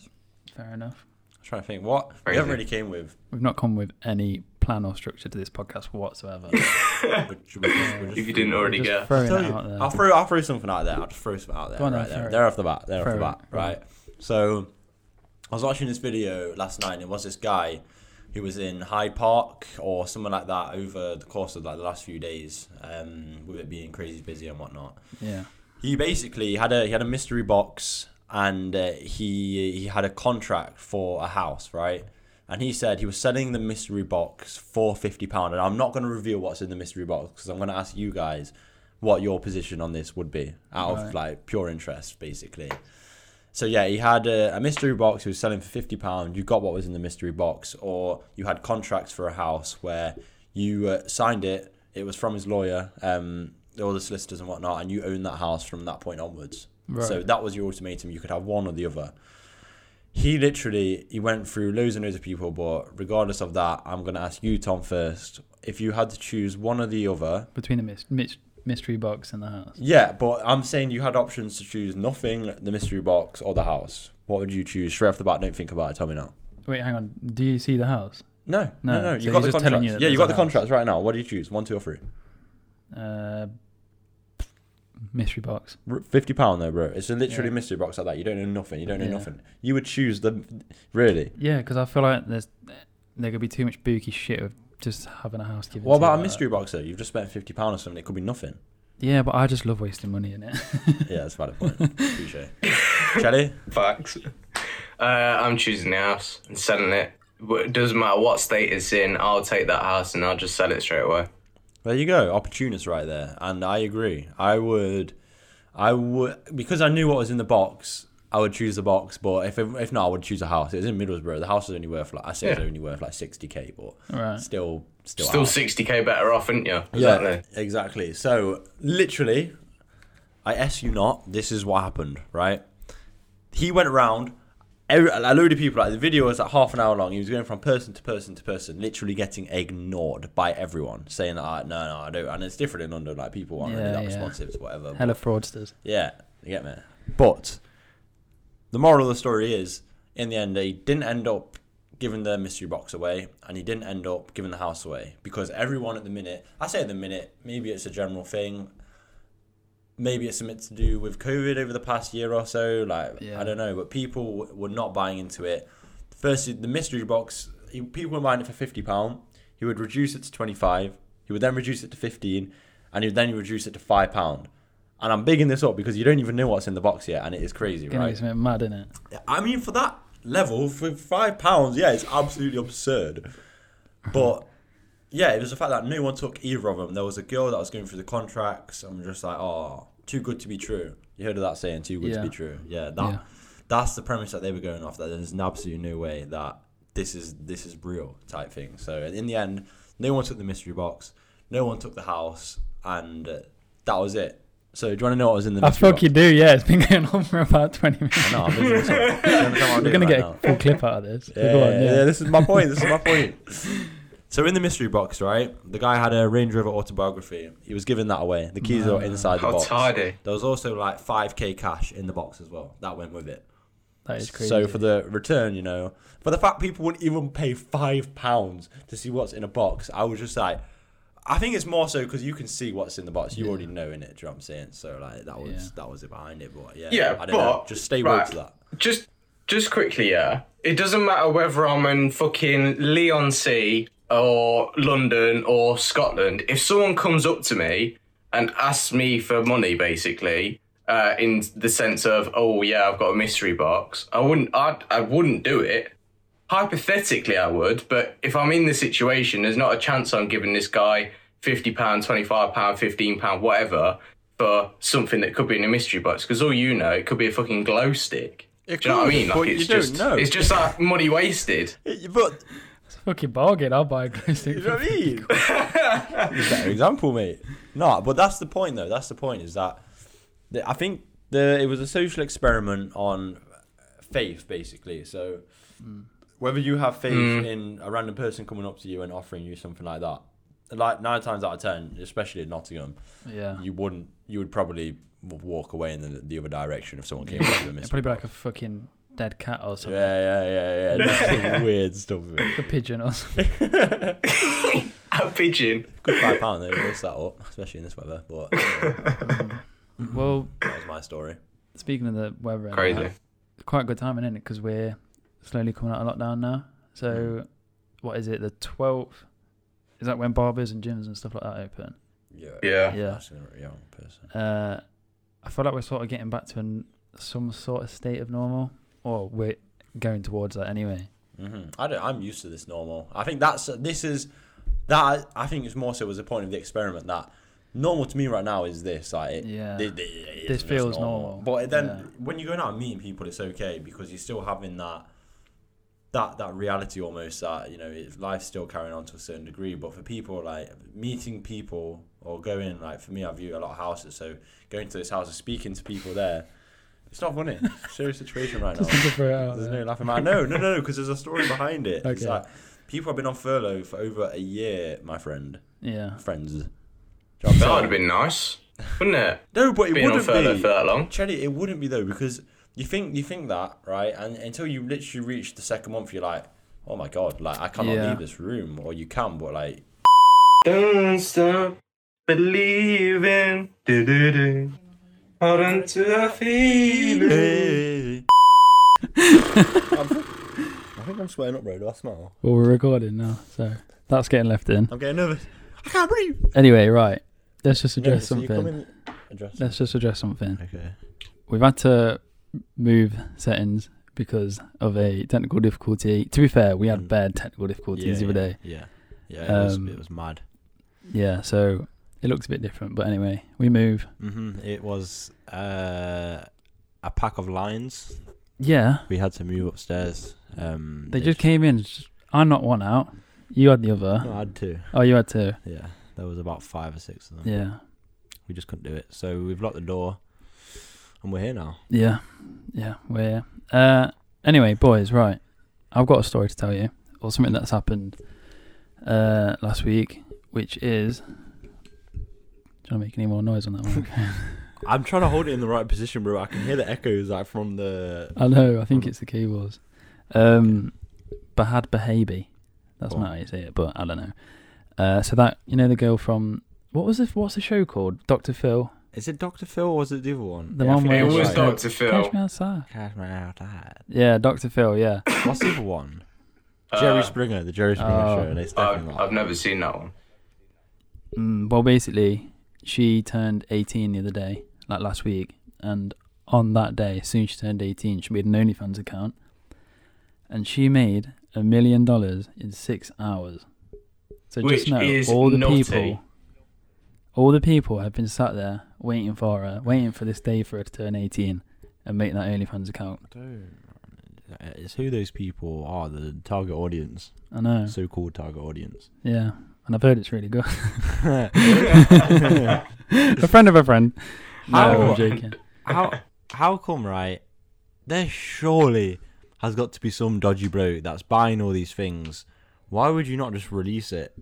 Speaker 1: Fair enough.
Speaker 2: was trying to think what we
Speaker 3: Crazy.
Speaker 2: haven't really came with.
Speaker 1: We've not come with any plan or structure to this podcast whatsoever.
Speaker 2: But we're just, we're just-
Speaker 3: if you didn't already
Speaker 1: Just
Speaker 3: get,
Speaker 1: throwing
Speaker 2: I'll
Speaker 1: it
Speaker 2: tell
Speaker 1: out
Speaker 2: you-
Speaker 1: there.
Speaker 2: I'll throw I'll throw something out there. I'll just throw something out there.
Speaker 1: Go on then,
Speaker 2: right
Speaker 1: throw
Speaker 2: there.
Speaker 1: it.
Speaker 2: There off the bat. There off
Speaker 1: Throw
Speaker 2: the
Speaker 1: it.
Speaker 2: bat. Right. So I was watching this video last night and it was this guy who was in Hyde Park or somewhere like that over the course of like the last few days, um, with it being crazy busy and whatnot
Speaker 1: Yeah.
Speaker 2: he basically had a he had a mystery box and uh, he he had a contract for a house right and he said he was selling the mystery box for 50 pound and i'm not going to reveal what's in the mystery box because i'm going to ask you guys what your position on this would be out of
Speaker 1: Right.
Speaker 2: like pure interest, basically. So yeah, he had a, a mystery box. He was selling for fifty pound. You got what was in the mystery box, or you had contracts for a house where you uh, signed it. It was from his lawyer, um, all the solicitors and whatnot, and you owned that house from that point onwards. So
Speaker 1: Right.
Speaker 2: that was your ultimatum. You could have one or the other. He literally he went through loads and loads of people, but regardless of that, I'm gonna ask you, Tom, first. If you had to choose one or the other,
Speaker 1: Between the mys- mys- mystery box and the house.
Speaker 2: yeah, but I'm saying you had options to choose nothing, the mystery box, or the house. What would you choose? Straight off the bat, don't think about it. Tell me now.
Speaker 1: Wait, hang on. Do you see the house?
Speaker 2: No, no,
Speaker 1: No,
Speaker 2: no.
Speaker 1: so
Speaker 2: You
Speaker 1: he's
Speaker 2: got the
Speaker 1: just telling
Speaker 2: contracts.
Speaker 1: you that
Speaker 2: yeah,
Speaker 1: there's
Speaker 2: you got
Speaker 1: a
Speaker 2: the
Speaker 1: house.
Speaker 2: contracts right now. What do you choose? One, two, or three?
Speaker 1: Uh, mystery box.
Speaker 2: R- Fifty pound though, bro. It's a literally
Speaker 1: Yeah.
Speaker 2: mystery box like that. You don't know nothing. You don't know
Speaker 1: Yeah.
Speaker 2: nothing. You would choose the, really.
Speaker 1: Yeah, because I feel like there's there could be too much booky shit of just having a house given.
Speaker 2: What
Speaker 1: to you
Speaker 2: about a
Speaker 1: like
Speaker 2: mystery box though? You've just spent fifty pound or something. It could be nothing.
Speaker 1: that. Yeah, but I just love wasting money in it.
Speaker 2: Yeah, that's about a point. Appreciate. Shelley,
Speaker 3: Facts. Uh, I'm choosing the house and selling it. But It doesn't matter what state it's in. I'll take that house and I'll just sell it straight away.
Speaker 2: there you go. Opportunist right there, and I agree. I would, I would because I knew what was in the box. I would choose the box, but if if not, I would choose a house. It was in Middlesbrough. The house is only worth like I say it's
Speaker 3: Yeah.
Speaker 2: only worth like sixty k, but
Speaker 1: Right.
Speaker 2: still still a
Speaker 3: Still
Speaker 2: house.
Speaker 3: 60k better off, aren't you?
Speaker 2: Yeah, exactly. So literally, I s you not. This is what happened, right? He went around. Every, a load of people. Like the video was like half an hour long. He was going from person to person to person, literally getting ignored by everyone, saying that like, no, no, I don't. And it's different in London. Like people aren't really
Speaker 1: Yeah,
Speaker 2: that
Speaker 1: yeah.
Speaker 2: responsive to whatever.
Speaker 1: Hella fraudsters.
Speaker 2: Yeah, you get me. But the moral of the story is, in the end, they didn't end up giving the mystery box away, and he didn't end up giving the house away because everyone at the minute, I say at the minute, maybe it's a general thing. Maybe it's something to do with COVID over the past year or so. Like I
Speaker 1: Yeah.
Speaker 2: don't know, but people w- were not buying into it. Firstly, the mystery box, he- people were buying it for fifty pound. He would reduce it to twenty five. He would then reduce it to fifteen, and he would then reduce it to five pound. And I'm bigging this up because you don't even know what's in the box yet, and it is crazy,
Speaker 1: Gonna be
Speaker 2: right?
Speaker 1: something mad in it.
Speaker 2: I mean, for that level, for five pounds, yeah, it's absolutely absurd. But yeah, it was the fact that no one took either of them. There was a girl that was going through the contracts. I'm just like, oh, too good to be true. You heard of that saying, too good to
Speaker 1: Yeah.
Speaker 2: be true. Yeah, that
Speaker 1: Yeah.
Speaker 2: that's the premise that they were going off. That there's absolutely no way that this is this is real type thing. So in the end, no one took the mystery box. No one took the house, and uh, that was it. So do you want to know what was in the
Speaker 1: I
Speaker 2: mystery
Speaker 1: Ah, fuck you do. Yeah, it's been going on for about twenty minutes.
Speaker 2: box? No, I'm losing myself. Do you understand what I'm
Speaker 1: We're
Speaker 2: doing
Speaker 1: gonna
Speaker 2: right
Speaker 1: get
Speaker 2: now?
Speaker 1: a full clip out of this. So
Speaker 2: yeah,
Speaker 1: go on,
Speaker 2: yeah, yeah, this is my point. This is my point. So in the mystery box, right? The guy had a Range Rover autobiography. He was giving that away. The keys are inside the
Speaker 3: How
Speaker 2: box.
Speaker 3: tidy.
Speaker 2: There was also like 5k cash in the box as well. That went with it.
Speaker 1: That is crazy.
Speaker 2: So for the return, you know, for the fact people wouldn't even pay five pounds to see what's in a box, I was just like, I think it's more so because you can see what's in the box. You already know in it. Do you know what I'm saying? So like that was
Speaker 1: Yeah.
Speaker 2: that was it behind it. But yeah,
Speaker 3: Yeah,
Speaker 2: I don't know.
Speaker 3: but-
Speaker 2: Just stay
Speaker 3: right.
Speaker 2: right to that.
Speaker 3: Just, just quickly, yeah. It doesn't matter whether I'm in fucking Leon C or London or Scotland. If someone comes up to me and asks me for money, basically, uh, in the sense of, oh yeah, I've got a mystery box, I wouldn't, I'd, I wouldn't do it. Hypothetically, I would, but if I'm in the situation, there's not a chance I'm giving this guy fifty pound, twenty five pound, fifteen pound, whatever, for something that could be in a mystery box. Because all you know, it could be a fucking glow stick.
Speaker 2: It
Speaker 3: Do you know what I
Speaker 2: could,
Speaker 3: mean?
Speaker 2: but
Speaker 3: Like
Speaker 2: you
Speaker 3: it's
Speaker 2: don't
Speaker 3: just,
Speaker 2: know.
Speaker 3: it's just like money wasted.
Speaker 2: But
Speaker 1: it's a fucking bargain. I'll buy a glow stick.
Speaker 2: You know what I mean? It's a better example, mate. No, but that's the point, though. That's the point is that the, I think the it was a social experiment on faith, basically. So Hmm. whether you have faith in a random person coming up to you and offering you something like that, like nine times out of ten, especially in Nottingham,
Speaker 1: yeah.
Speaker 2: you wouldn't. You would probably w- walk away in the, the other direction if someone came up to you.
Speaker 1: It'd probably be like a fucking dead cat or something.
Speaker 2: Yeah, yeah, yeah, yeah. That's some weird stuff. mate.
Speaker 1: A pigeon or something.
Speaker 3: A pigeon.
Speaker 2: Good five pound though. We'll set up, especially in this weather. But yeah,
Speaker 1: well,
Speaker 2: that was my story.
Speaker 1: speaking of the weather, and
Speaker 3: Crazy.
Speaker 1: that, it's quite a good timing, isn't it? Because we're slowly coming out of lockdown now. So, what is it? The twelfth? Is that when barbers and gyms and stuff like that open?
Speaker 2: Yeah.
Speaker 3: Yeah.
Speaker 1: Yeah.
Speaker 2: That's a young person.
Speaker 1: Uh, I feel like we're sort of getting back to an, some sort of state of normal, or we're going towards that anyway.
Speaker 2: hmm
Speaker 4: Mm-hmm.
Speaker 2: I don't. I'm used to this normal. I think that's this is that. I think it's more so was the point of the experiment that
Speaker 4: normal to me right now is this. Like, it,
Speaker 1: Yeah.
Speaker 4: thi- thi- it's
Speaker 1: This
Speaker 4: just
Speaker 1: feels normal.
Speaker 4: But then
Speaker 1: Yeah.
Speaker 4: when you're going out and meeting people, it's okay because you're still having that that that reality almost that you know it, life's still carrying on to a certain degree. But for people like meeting people or going like for me, I view a lot of houses, so going to those houses, speaking to people there. It's not funny. Serious situation right now.
Speaker 1: Just for it out
Speaker 4: There's
Speaker 1: there.
Speaker 4: no laughing matter. No, no, no, because there's a story behind it. It's
Speaker 1: Okay.
Speaker 4: like people have been on furlough for over a year, my friend.
Speaker 1: Yeah.
Speaker 4: Friends. Do you know what I'm
Speaker 3: That would
Speaker 4: saying?
Speaker 3: have been nice, wouldn't it?
Speaker 4: No, but it
Speaker 3: Being on
Speaker 4: wouldn't
Speaker 3: furlough
Speaker 4: be.
Speaker 3: for that long.
Speaker 4: Actually, it wouldn't be though because you think you think that right, and until you literally reach the second month, you're like, oh my god, like I cannot
Speaker 1: Yeah.
Speaker 4: leave this room, or you can, but like
Speaker 3: Don't stop believing. Do-do-do. Hold on to that feeling.
Speaker 4: I think I'm sweating up, bro. Do I smell?
Speaker 1: Well, we're recording now, so that's getting left in.
Speaker 4: I'm getting nervous. I can't breathe.
Speaker 1: Anyway, right. Let's just
Speaker 4: No,
Speaker 1: address
Speaker 4: so you come
Speaker 1: something.
Speaker 4: in- Address.
Speaker 1: Let's just address something.
Speaker 4: Okay.
Speaker 1: We've had to move settings because of a technical difficulty. To be fair, we had
Speaker 4: Mm.
Speaker 1: bad technical difficulties the other day.
Speaker 4: Yeah. Yeah.
Speaker 1: it was- Um, it
Speaker 4: was mad.
Speaker 1: Yeah, so it looks a bit different. But anyway, we move.
Speaker 2: Mm-hmm. It was uh, a pack of lions.
Speaker 1: Yeah,
Speaker 2: We had to move upstairs. Um,
Speaker 1: they just came in. just- I knocked one out. You had the other.
Speaker 2: No, I had two.
Speaker 1: Oh, you had two.
Speaker 2: Yeah, there was about five or six
Speaker 4: Oh.
Speaker 2: of them.
Speaker 1: Yeah,
Speaker 2: We just couldn't do it, so we've locked the door, and we're here now.
Speaker 1: yeah, yeah. We're uh. Anyway, boys, right. I've got a story to tell you, or something that's happened uh last week, which is. Do you want to make any more noise on that one?
Speaker 2: I'm trying to hold it in the right position, bro. I can hear the echoes like from the.
Speaker 1: I know. I think it's the keyboards. Um, Bahad Bahabi. That's
Speaker 2: Cool.
Speaker 1: not how you say it, but I don't know. Uh, so that you know the girl from what was the what's the show called? Doctor Phil.
Speaker 2: Is it Doctor Phil or was it the other one?
Speaker 1: The
Speaker 2: I
Speaker 1: one
Speaker 2: think
Speaker 1: where
Speaker 3: It
Speaker 2: it's
Speaker 3: was
Speaker 1: Right.
Speaker 3: Dr.
Speaker 1: Catch
Speaker 3: Phil.
Speaker 1: me outside.
Speaker 2: Catch me out that.
Speaker 1: Yeah, Doctor Phil. Yeah.
Speaker 2: What's the other one?
Speaker 3: Uh,
Speaker 2: Jerry Springer, the Jerry Springer
Speaker 1: Oh.
Speaker 2: show, and it's
Speaker 3: I've,
Speaker 2: definitely.
Speaker 3: I've never seen that one.
Speaker 1: Mm, well, basically, she turned 18 the other day, like last week, and on that day, as soon as she turned 18, she made an OnlyFans account, and she made a million dollars in six hours. So
Speaker 3: Which
Speaker 1: just know,
Speaker 3: is
Speaker 1: all the
Speaker 3: nutty.
Speaker 1: people, all the people have been sat there waiting for her, waiting for this day for her to turn 18 and make that OnlyFans account.
Speaker 2: It's who those people are, the target audience,
Speaker 1: I know,
Speaker 2: so-called target audience.
Speaker 1: yeah, and I've heard it's really good. a friend of a friend. No,
Speaker 2: How-
Speaker 1: I'm joking.
Speaker 2: how how come right? There surely has got to be some dodgy bloke that's buying all these things. Why would you not just release it?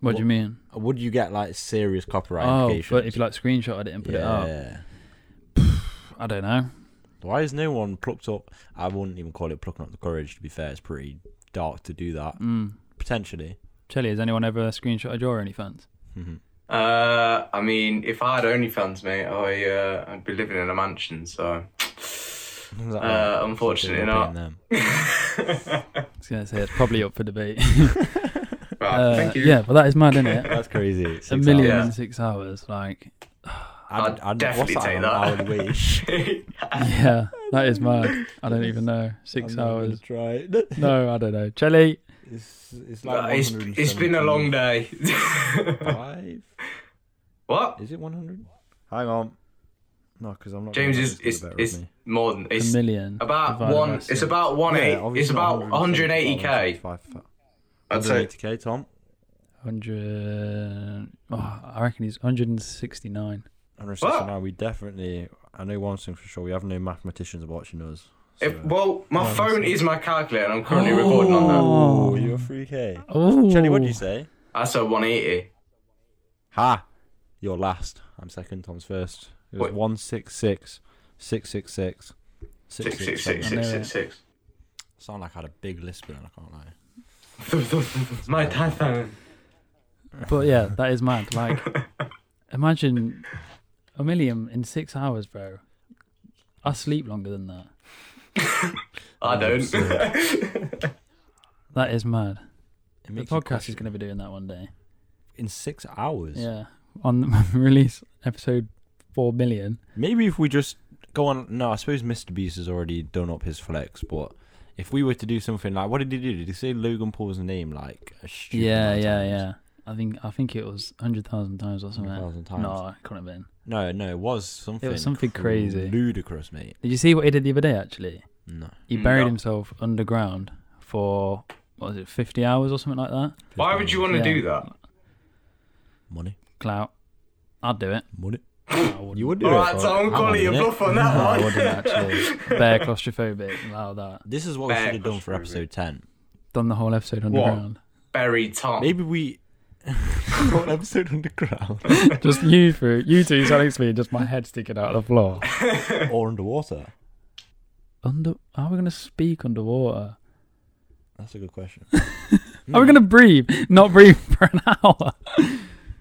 Speaker 1: What do you mean?
Speaker 2: Would you get like serious copyright
Speaker 1: Oh,
Speaker 2: implications?
Speaker 1: but if you like screenshotted it and put it up. I don't know.
Speaker 2: Why has no one plucked up? I wouldn't even call it plucking up the courage. To be fair, it's pretty dark to do that.
Speaker 1: Mm.
Speaker 2: Potentially.
Speaker 1: Chelly, has anyone ever screenshotted your OnlyFans?
Speaker 2: hmm
Speaker 3: Uh, I mean, if I had OnlyFans, mate, I uh, I'd be living in a mansion. So, uh, unfortunately not.
Speaker 1: I was going to say it's probably up for debate.
Speaker 3: Right,
Speaker 1: Uh,
Speaker 3: Oh, thank you.
Speaker 1: Yeah, but that is mad, isn't it?
Speaker 2: That's crazy.
Speaker 1: A million
Speaker 3: hours.
Speaker 1: in six hours. Like,
Speaker 2: I'd,
Speaker 3: I'd definitely
Speaker 2: what's that on
Speaker 3: take that.
Speaker 2: Hourly wage.
Speaker 1: yeah, that is mad. I don't even know. Six
Speaker 2: I'm not gonna
Speaker 1: hours.
Speaker 2: Try it.
Speaker 1: No, I don't know. Chelly,
Speaker 2: It's, it's
Speaker 3: Uh,
Speaker 2: like
Speaker 3: it's, it's been a long day.
Speaker 2: Five?
Speaker 3: what?
Speaker 2: Is it 100? Hang on. No, because I'm not.
Speaker 3: James is it's, it's more than
Speaker 1: a
Speaker 3: it's
Speaker 1: million.
Speaker 3: about
Speaker 1: divided by
Speaker 3: one.
Speaker 1: six.
Speaker 3: It's about one eight. It's about 180k. I'd say
Speaker 2: 180k, Tom.
Speaker 1: 100. Oh, I reckon he's 169.
Speaker 2: 169. We definitely. I know one thing for sure. We have no mathematicians watching us. So.
Speaker 3: If, well, my
Speaker 2: Oh,
Speaker 3: phone
Speaker 2: that's-
Speaker 3: is my calculator, and I'm currently recording on that.
Speaker 2: oh, you're 3k.
Speaker 1: Oh,
Speaker 2: Jenny, what do you say?
Speaker 3: I said 180.
Speaker 2: Ha! You're last. I'm second. Tom's first. It was
Speaker 3: Wait.
Speaker 2: 166, 666,
Speaker 3: Six six six
Speaker 2: 667.
Speaker 3: six
Speaker 1: I know
Speaker 3: six six.
Speaker 2: Sound like I had a big lisp then. I can't lie.
Speaker 3: My Titan.
Speaker 1: But yeah, that is mad. Like, imagine a million in six hours, bro. I sleep longer than that.
Speaker 3: I don't.
Speaker 1: That is mad.
Speaker 2: It
Speaker 1: The
Speaker 2: makes you
Speaker 1: podcast is
Speaker 2: question.
Speaker 1: going to be doing that one day.
Speaker 2: in six hours.
Speaker 1: Yeah, on the release episode four million.
Speaker 2: Maybe if we just go on. No, I suppose Mr. Beast has already done up his flex, but if we were to do something like, what did he do? Did he say Logan Paul's name like a stupid
Speaker 1: yeah,
Speaker 2: amount of
Speaker 1: yeah,
Speaker 2: times?
Speaker 1: yeah. I think I think it was hundred thousand times or something.
Speaker 2: 100,000 times.
Speaker 1: No, it couldn't have been.
Speaker 2: No, no, it was something.
Speaker 1: something crazy.
Speaker 2: Ludicrous, mate.
Speaker 1: Did you see what he did the other day? Actually,
Speaker 2: No.
Speaker 1: he buried
Speaker 3: No.
Speaker 1: himself underground for what was it, fifty hours or something like that?
Speaker 3: Why would you want to
Speaker 1: Yeah.
Speaker 3: do that?
Speaker 2: Money.
Speaker 1: Clout. I'd do it.
Speaker 2: Money.
Speaker 1: No, I wouldn't.
Speaker 2: You would do
Speaker 3: All
Speaker 2: it.
Speaker 3: right, Tom,
Speaker 2: I'm
Speaker 3: call
Speaker 2: having
Speaker 3: it your
Speaker 2: it.
Speaker 3: bluff on that
Speaker 1: No, I
Speaker 3: one.
Speaker 1: wouldn't actually. Bare claustrophobic. Allow that.
Speaker 2: This is what we
Speaker 3: Bad
Speaker 2: should have done for
Speaker 3: question,
Speaker 2: episode 10.
Speaker 1: Done the whole episode underground.
Speaker 3: Bury Tom.
Speaker 2: Maybe we. What episode underground?
Speaker 1: just you through you two sat next to me, and just my head sticking out of the floor.
Speaker 2: or underwater?
Speaker 1: Under how are we gonna speak underwater?
Speaker 2: That's a good question. Hmm.
Speaker 1: How Are we gonna breathe? Not breathe for an hour.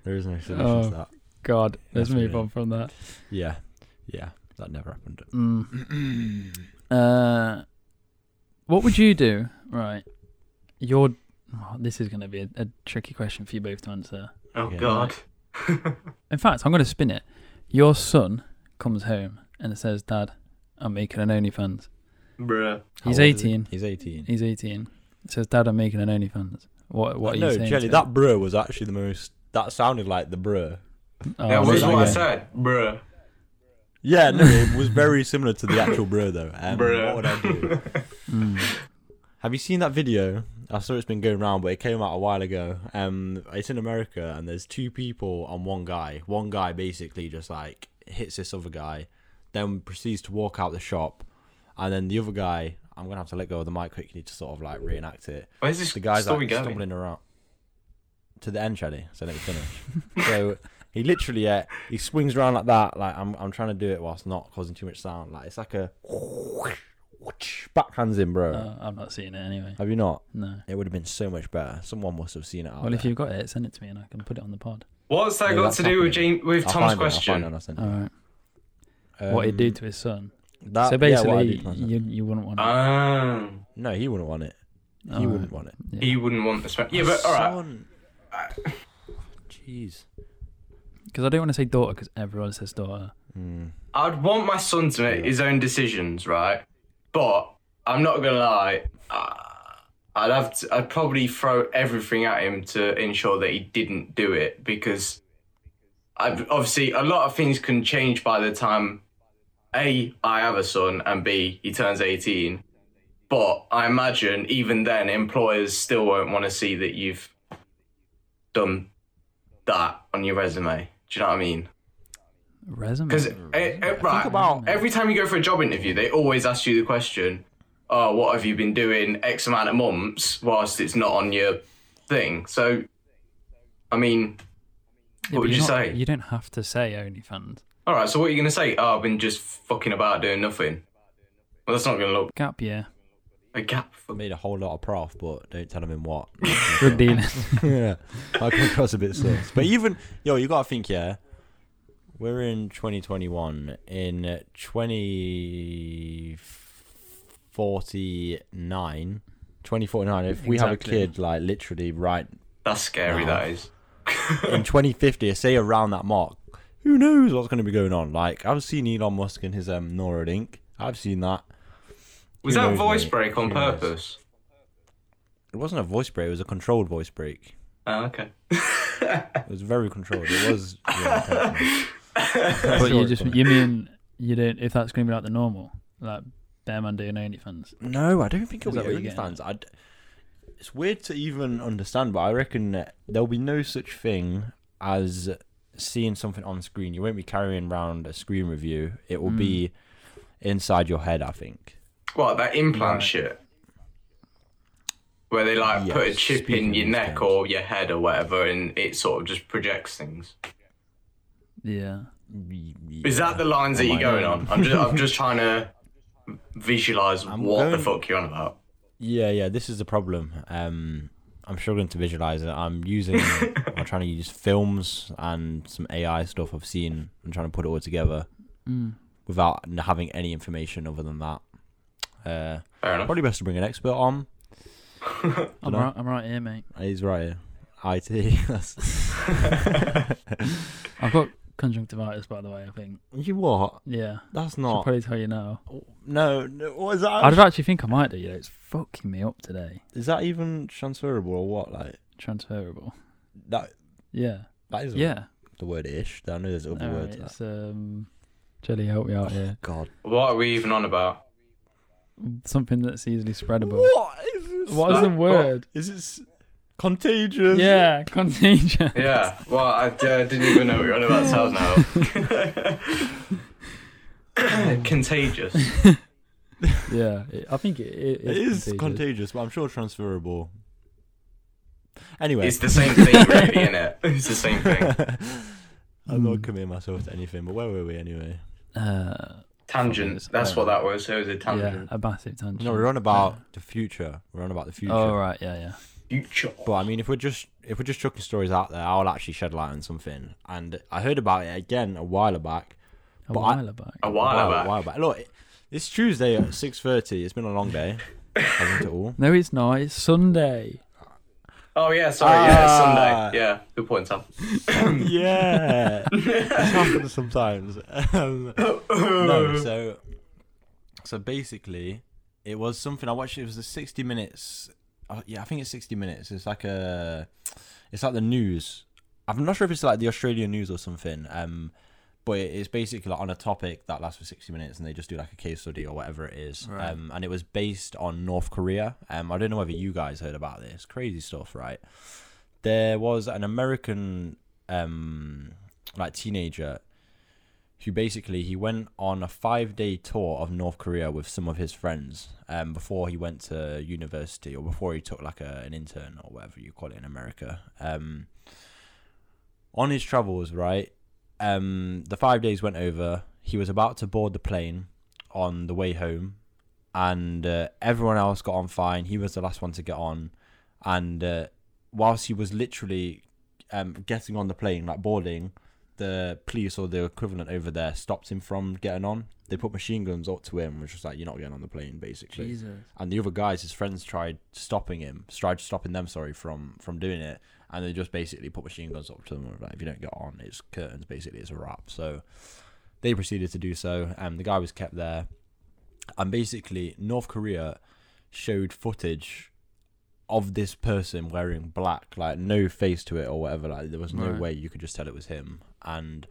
Speaker 2: There is no solution
Speaker 1: Oh.
Speaker 2: to that.
Speaker 1: God, let's
Speaker 2: That's
Speaker 1: move
Speaker 2: brilliant.
Speaker 1: on from that.
Speaker 2: Yeah. Yeah. That never happened.
Speaker 1: Mm. Uh, what would you do? Right, your oh, this is gonna be a, a tricky question for you both to answer.
Speaker 3: oh
Speaker 2: Yeah.
Speaker 3: God.
Speaker 1: In fact, I'm gonna spin it. Your son comes home and says, "Dad, I'm making an OnlyFans."
Speaker 3: Bruh.
Speaker 2: How
Speaker 1: He's
Speaker 2: old is he?
Speaker 1: 18.
Speaker 2: He's 18.
Speaker 1: He's 18. Says, "Dad, I'm making an OnlyFans." What? What are you
Speaker 2: Uh, no,
Speaker 1: saying?
Speaker 2: Jelly,
Speaker 1: to
Speaker 2: that
Speaker 1: him?
Speaker 2: bro was actually the most. That sounded like the bro.
Speaker 1: Oh,
Speaker 3: that was
Speaker 1: okay.
Speaker 3: what I
Speaker 2: yeah.
Speaker 3: said. Bruh.
Speaker 2: Yeah, no, it was very similar to the actual bro, though. Um,
Speaker 3: Bro.
Speaker 2: What would I do?
Speaker 1: Mm.
Speaker 2: Have you seen that video? I saw it's been going around, but it came out a while ago. Um, it's in America, and there's two people and one guy. One guy basically just like hits this other guy, then proceeds to walk out the shop, and then the other guy. I'm gonna have to let go of the mic quickly to sort of like reenact it.
Speaker 3: Where's this
Speaker 2: The guy's
Speaker 3: story
Speaker 2: like
Speaker 3: going?
Speaker 2: stumbling around to the end, Shaddy. So let me finish. so he literally, uh, he swings around like that. Like I'm, I'm trying to do it whilst not causing too much sound. Like it's like a backhands in, bro.
Speaker 1: Uh, I've not seen it anyway.
Speaker 2: Have you not?
Speaker 1: No.
Speaker 2: It would have been so much better. Someone must have seen it. Out
Speaker 1: Well, if
Speaker 2: there.
Speaker 1: you've got it, send it to me and I can put it on the pod.
Speaker 3: What's that
Speaker 2: Yeah,
Speaker 3: got
Speaker 2: that's
Speaker 3: to do with
Speaker 2: happening.
Speaker 3: Jane, with
Speaker 2: I'll
Speaker 3: Tom's
Speaker 2: find it, I'll find it
Speaker 3: question?
Speaker 2: and I'll send it.
Speaker 1: All right.
Speaker 2: Um,
Speaker 1: uh, what he'd do to his son.
Speaker 2: that-
Speaker 1: so
Speaker 2: yeah, what I
Speaker 1: basically,
Speaker 2: do to myself.
Speaker 1: you, you wouldn't want. it.
Speaker 3: Ah,
Speaker 2: no, he wouldn't want it. He
Speaker 1: Alright.
Speaker 2: wouldn't want it.
Speaker 1: Yeah.
Speaker 3: he wouldn't want the smack. Yeah, but all right.
Speaker 2: Son. Jeez.
Speaker 1: Because I don't want to say daughter because everyone says daughter.
Speaker 2: Mm.
Speaker 3: I'd want my son to make his own decisions, right? But I'm not gonna lie. Uh, I'd have to, I'd probably throw everything at him to ensure that he didn't do it because I've, obviously a lot of things can change by the time a I have a son and b he turns 18. But I imagine even then employers still won't want to see that you've done that on your resume. Do you know what I mean?
Speaker 1: Resume.
Speaker 3: Because eh, right,
Speaker 1: about-
Speaker 3: every time you go for a job interview, they always ask you the question, "Oh, what have you been doing X amount of months?" Whilst it's not on your thing. So, I mean,
Speaker 1: Yeah,
Speaker 3: what
Speaker 1: but
Speaker 3: would
Speaker 1: you're
Speaker 3: you
Speaker 1: not-
Speaker 3: say?
Speaker 1: You don't have to say OnlyFans.
Speaker 3: all right. So what are you gonna say? Oh, I've been just fucking about doing nothing. Well, that's not gonna look
Speaker 1: Gap year.
Speaker 3: a gap. For
Speaker 2: Made a whole lot of prof, but don't tell him in what.
Speaker 1: Drug dealing.
Speaker 2: yeah, I come across a bit sus. But even yo, you gotta think, yeah. We're in 2021. In 2049, 2049. If we have a
Speaker 1: Exactly.
Speaker 2: kid, like literally right
Speaker 3: that's scary.
Speaker 2: Nah.
Speaker 3: That is.
Speaker 2: in 2050, say around that mark, who knows what's going to be going on? Like I've seen Elon Musk and his um Neuralink. I've seen that.
Speaker 3: Was
Speaker 2: Who
Speaker 3: that
Speaker 2: knows,
Speaker 3: voice
Speaker 2: mate?
Speaker 3: break on
Speaker 2: Who knows?
Speaker 3: purpose?
Speaker 2: It wasn't a voice break. It was a controlled voice break.
Speaker 3: Oh, okay.
Speaker 2: It was very controlled. It was. yeah, intentional.
Speaker 1: but you
Speaker 2: Sure,
Speaker 1: just
Speaker 2: fine.
Speaker 1: you mean you don't if that's going to be like the normal like bear man doing OnlyFans.
Speaker 2: No, I don't think
Speaker 1: Is
Speaker 2: it'll
Speaker 1: that
Speaker 2: be
Speaker 1: what you're
Speaker 2: OnlyFans. I'd, it's weird to even understand, but I reckon that there'll be no such thing as seeing something on screen. You won't be carrying around a screen review. It will be
Speaker 1: Hmm.
Speaker 2: inside your head, I think.
Speaker 3: What that implant shit? Where they like
Speaker 2: Yeah,
Speaker 3: put a chip
Speaker 2: speaking
Speaker 3: in
Speaker 2: of
Speaker 3: your
Speaker 2: these
Speaker 3: neck
Speaker 2: games.
Speaker 3: or your head or whatever, and it sort of just projects things.
Speaker 1: Yeah.
Speaker 3: Is that the lines that you're
Speaker 2: Oh my
Speaker 3: going
Speaker 2: God.
Speaker 3: on? I'm just, I'm just trying to visualize what the
Speaker 2: going-
Speaker 3: fuck you're on about.
Speaker 2: Yeah, yeah, this is the problem. Um, I'm struggling to visualize it. I'm using, I'm trying to use films and some AI stuff I've seen and trying to put it all together
Speaker 1: Mm.
Speaker 2: without having any information other than that. Uh,
Speaker 3: Fair enough.
Speaker 2: Probably best to bring an expert on.
Speaker 1: I'm
Speaker 2: Dunno.
Speaker 1: right, I'm right here, mate.
Speaker 2: He's right here. IT. That's-
Speaker 1: I've got conjunctivitis, by the way. I think.
Speaker 2: you what?
Speaker 1: Yeah.
Speaker 2: That's
Speaker 1: I'll
Speaker 2: not.
Speaker 1: probably tell you now.
Speaker 2: No, no. What is that?
Speaker 1: I did actually think I might do. You know, it's fucking me up today.
Speaker 2: Is that even transferable or what? Like,
Speaker 1: Transferable.
Speaker 2: That
Speaker 1: Yeah.
Speaker 2: that is
Speaker 1: Yeah.
Speaker 2: the word ish. I know there's other
Speaker 1: All right,
Speaker 2: words.
Speaker 1: it's, um, Jelly, help me out here.
Speaker 2: God.
Speaker 3: What are we even on about?
Speaker 1: Something that's easily spreadable.
Speaker 2: What is this?
Speaker 1: What is the
Speaker 3: What?
Speaker 1: word?
Speaker 2: Is it s- contagious?
Speaker 1: Yeah, contagion.
Speaker 3: Yeah. Well, I uh, didn't even know we were on about till now. Contagious.
Speaker 1: yeah, it, I think it, it,
Speaker 2: It
Speaker 1: is,
Speaker 2: is contagious. but I'm sure transferable. Anyway,
Speaker 3: It's the same thing, really, isn't it? It's the same thing.
Speaker 2: I'm
Speaker 1: Hmm.
Speaker 2: not committing myself to anything. But where were we anyway?
Speaker 1: Uh,
Speaker 3: Tangent.
Speaker 2: uh,
Speaker 3: That's what that was. It was a
Speaker 1: yeah,
Speaker 3: tangent.
Speaker 1: a massive tangent.
Speaker 2: No, we're on about the future. We're on about the future.
Speaker 1: Oh right, yeah, yeah.
Speaker 3: Future.
Speaker 2: But I mean, if we're just if we're just chucking stories out there, I'll actually shed light on something. And I heard about it again a while back.
Speaker 1: A
Speaker 2: But I-
Speaker 1: while back.
Speaker 3: A
Speaker 2: A
Speaker 3: while
Speaker 2: A
Speaker 3: back.
Speaker 2: while back. Look, it- it's Tuesday at six thirty. It's been a long day. Hasn't it all?
Speaker 1: No, it's not. It's Sunday.
Speaker 3: Oh yeah. Sorry. Yeah. it's
Speaker 2: Ah.
Speaker 3: Sunday. Yeah. Good point, Sam.
Speaker 2: yeah, it happens sometimes. Um, no, so so basically, it was something I watched. It was the sixty minutes. Uh, yeah, I think it's sixty minutes. It's like a, it's like the news. I'm not sure if it's like the Australian news or something. Um, but it- it's basically like on a topic that lasts for sixty minutes, and they just do like a case study or whatever it is.
Speaker 1: Right.
Speaker 2: Um, and it was based on North Korea. Um, I don't know whether you guys heard about this crazy stuff, right? There was an American um like teenager who basically he went on a five day tour of North Korea with some of his friends um, before he went to university or before he took like a, an intern or whatever you call it in America. Um, on his travels, right, um, the five days went over. He was about to board the plane on the way home, and uh, everyone else got on fine. He was the last one to get on, and uh, whilst he was literally um, getting on the plane, like boarding, the police or the equivalent over there stopped him from getting on. They put machine guns up to him, which was like, "You're not getting on the plane," basically
Speaker 1: Jesus.
Speaker 2: and the other guys, his friends, tried stopping him, tried stopping them, sorry, from from doing it, and they just basically put machine guns up to them. and were Like, if you don't get on, it's curtains. Basically, it's a wrap. So they proceeded to do so, and the guy was kept there. And basically, North Korea showed footage of this person wearing black, like no face to it or whatever. Like there was no
Speaker 1: Right.
Speaker 2: way you could just tell it was him. And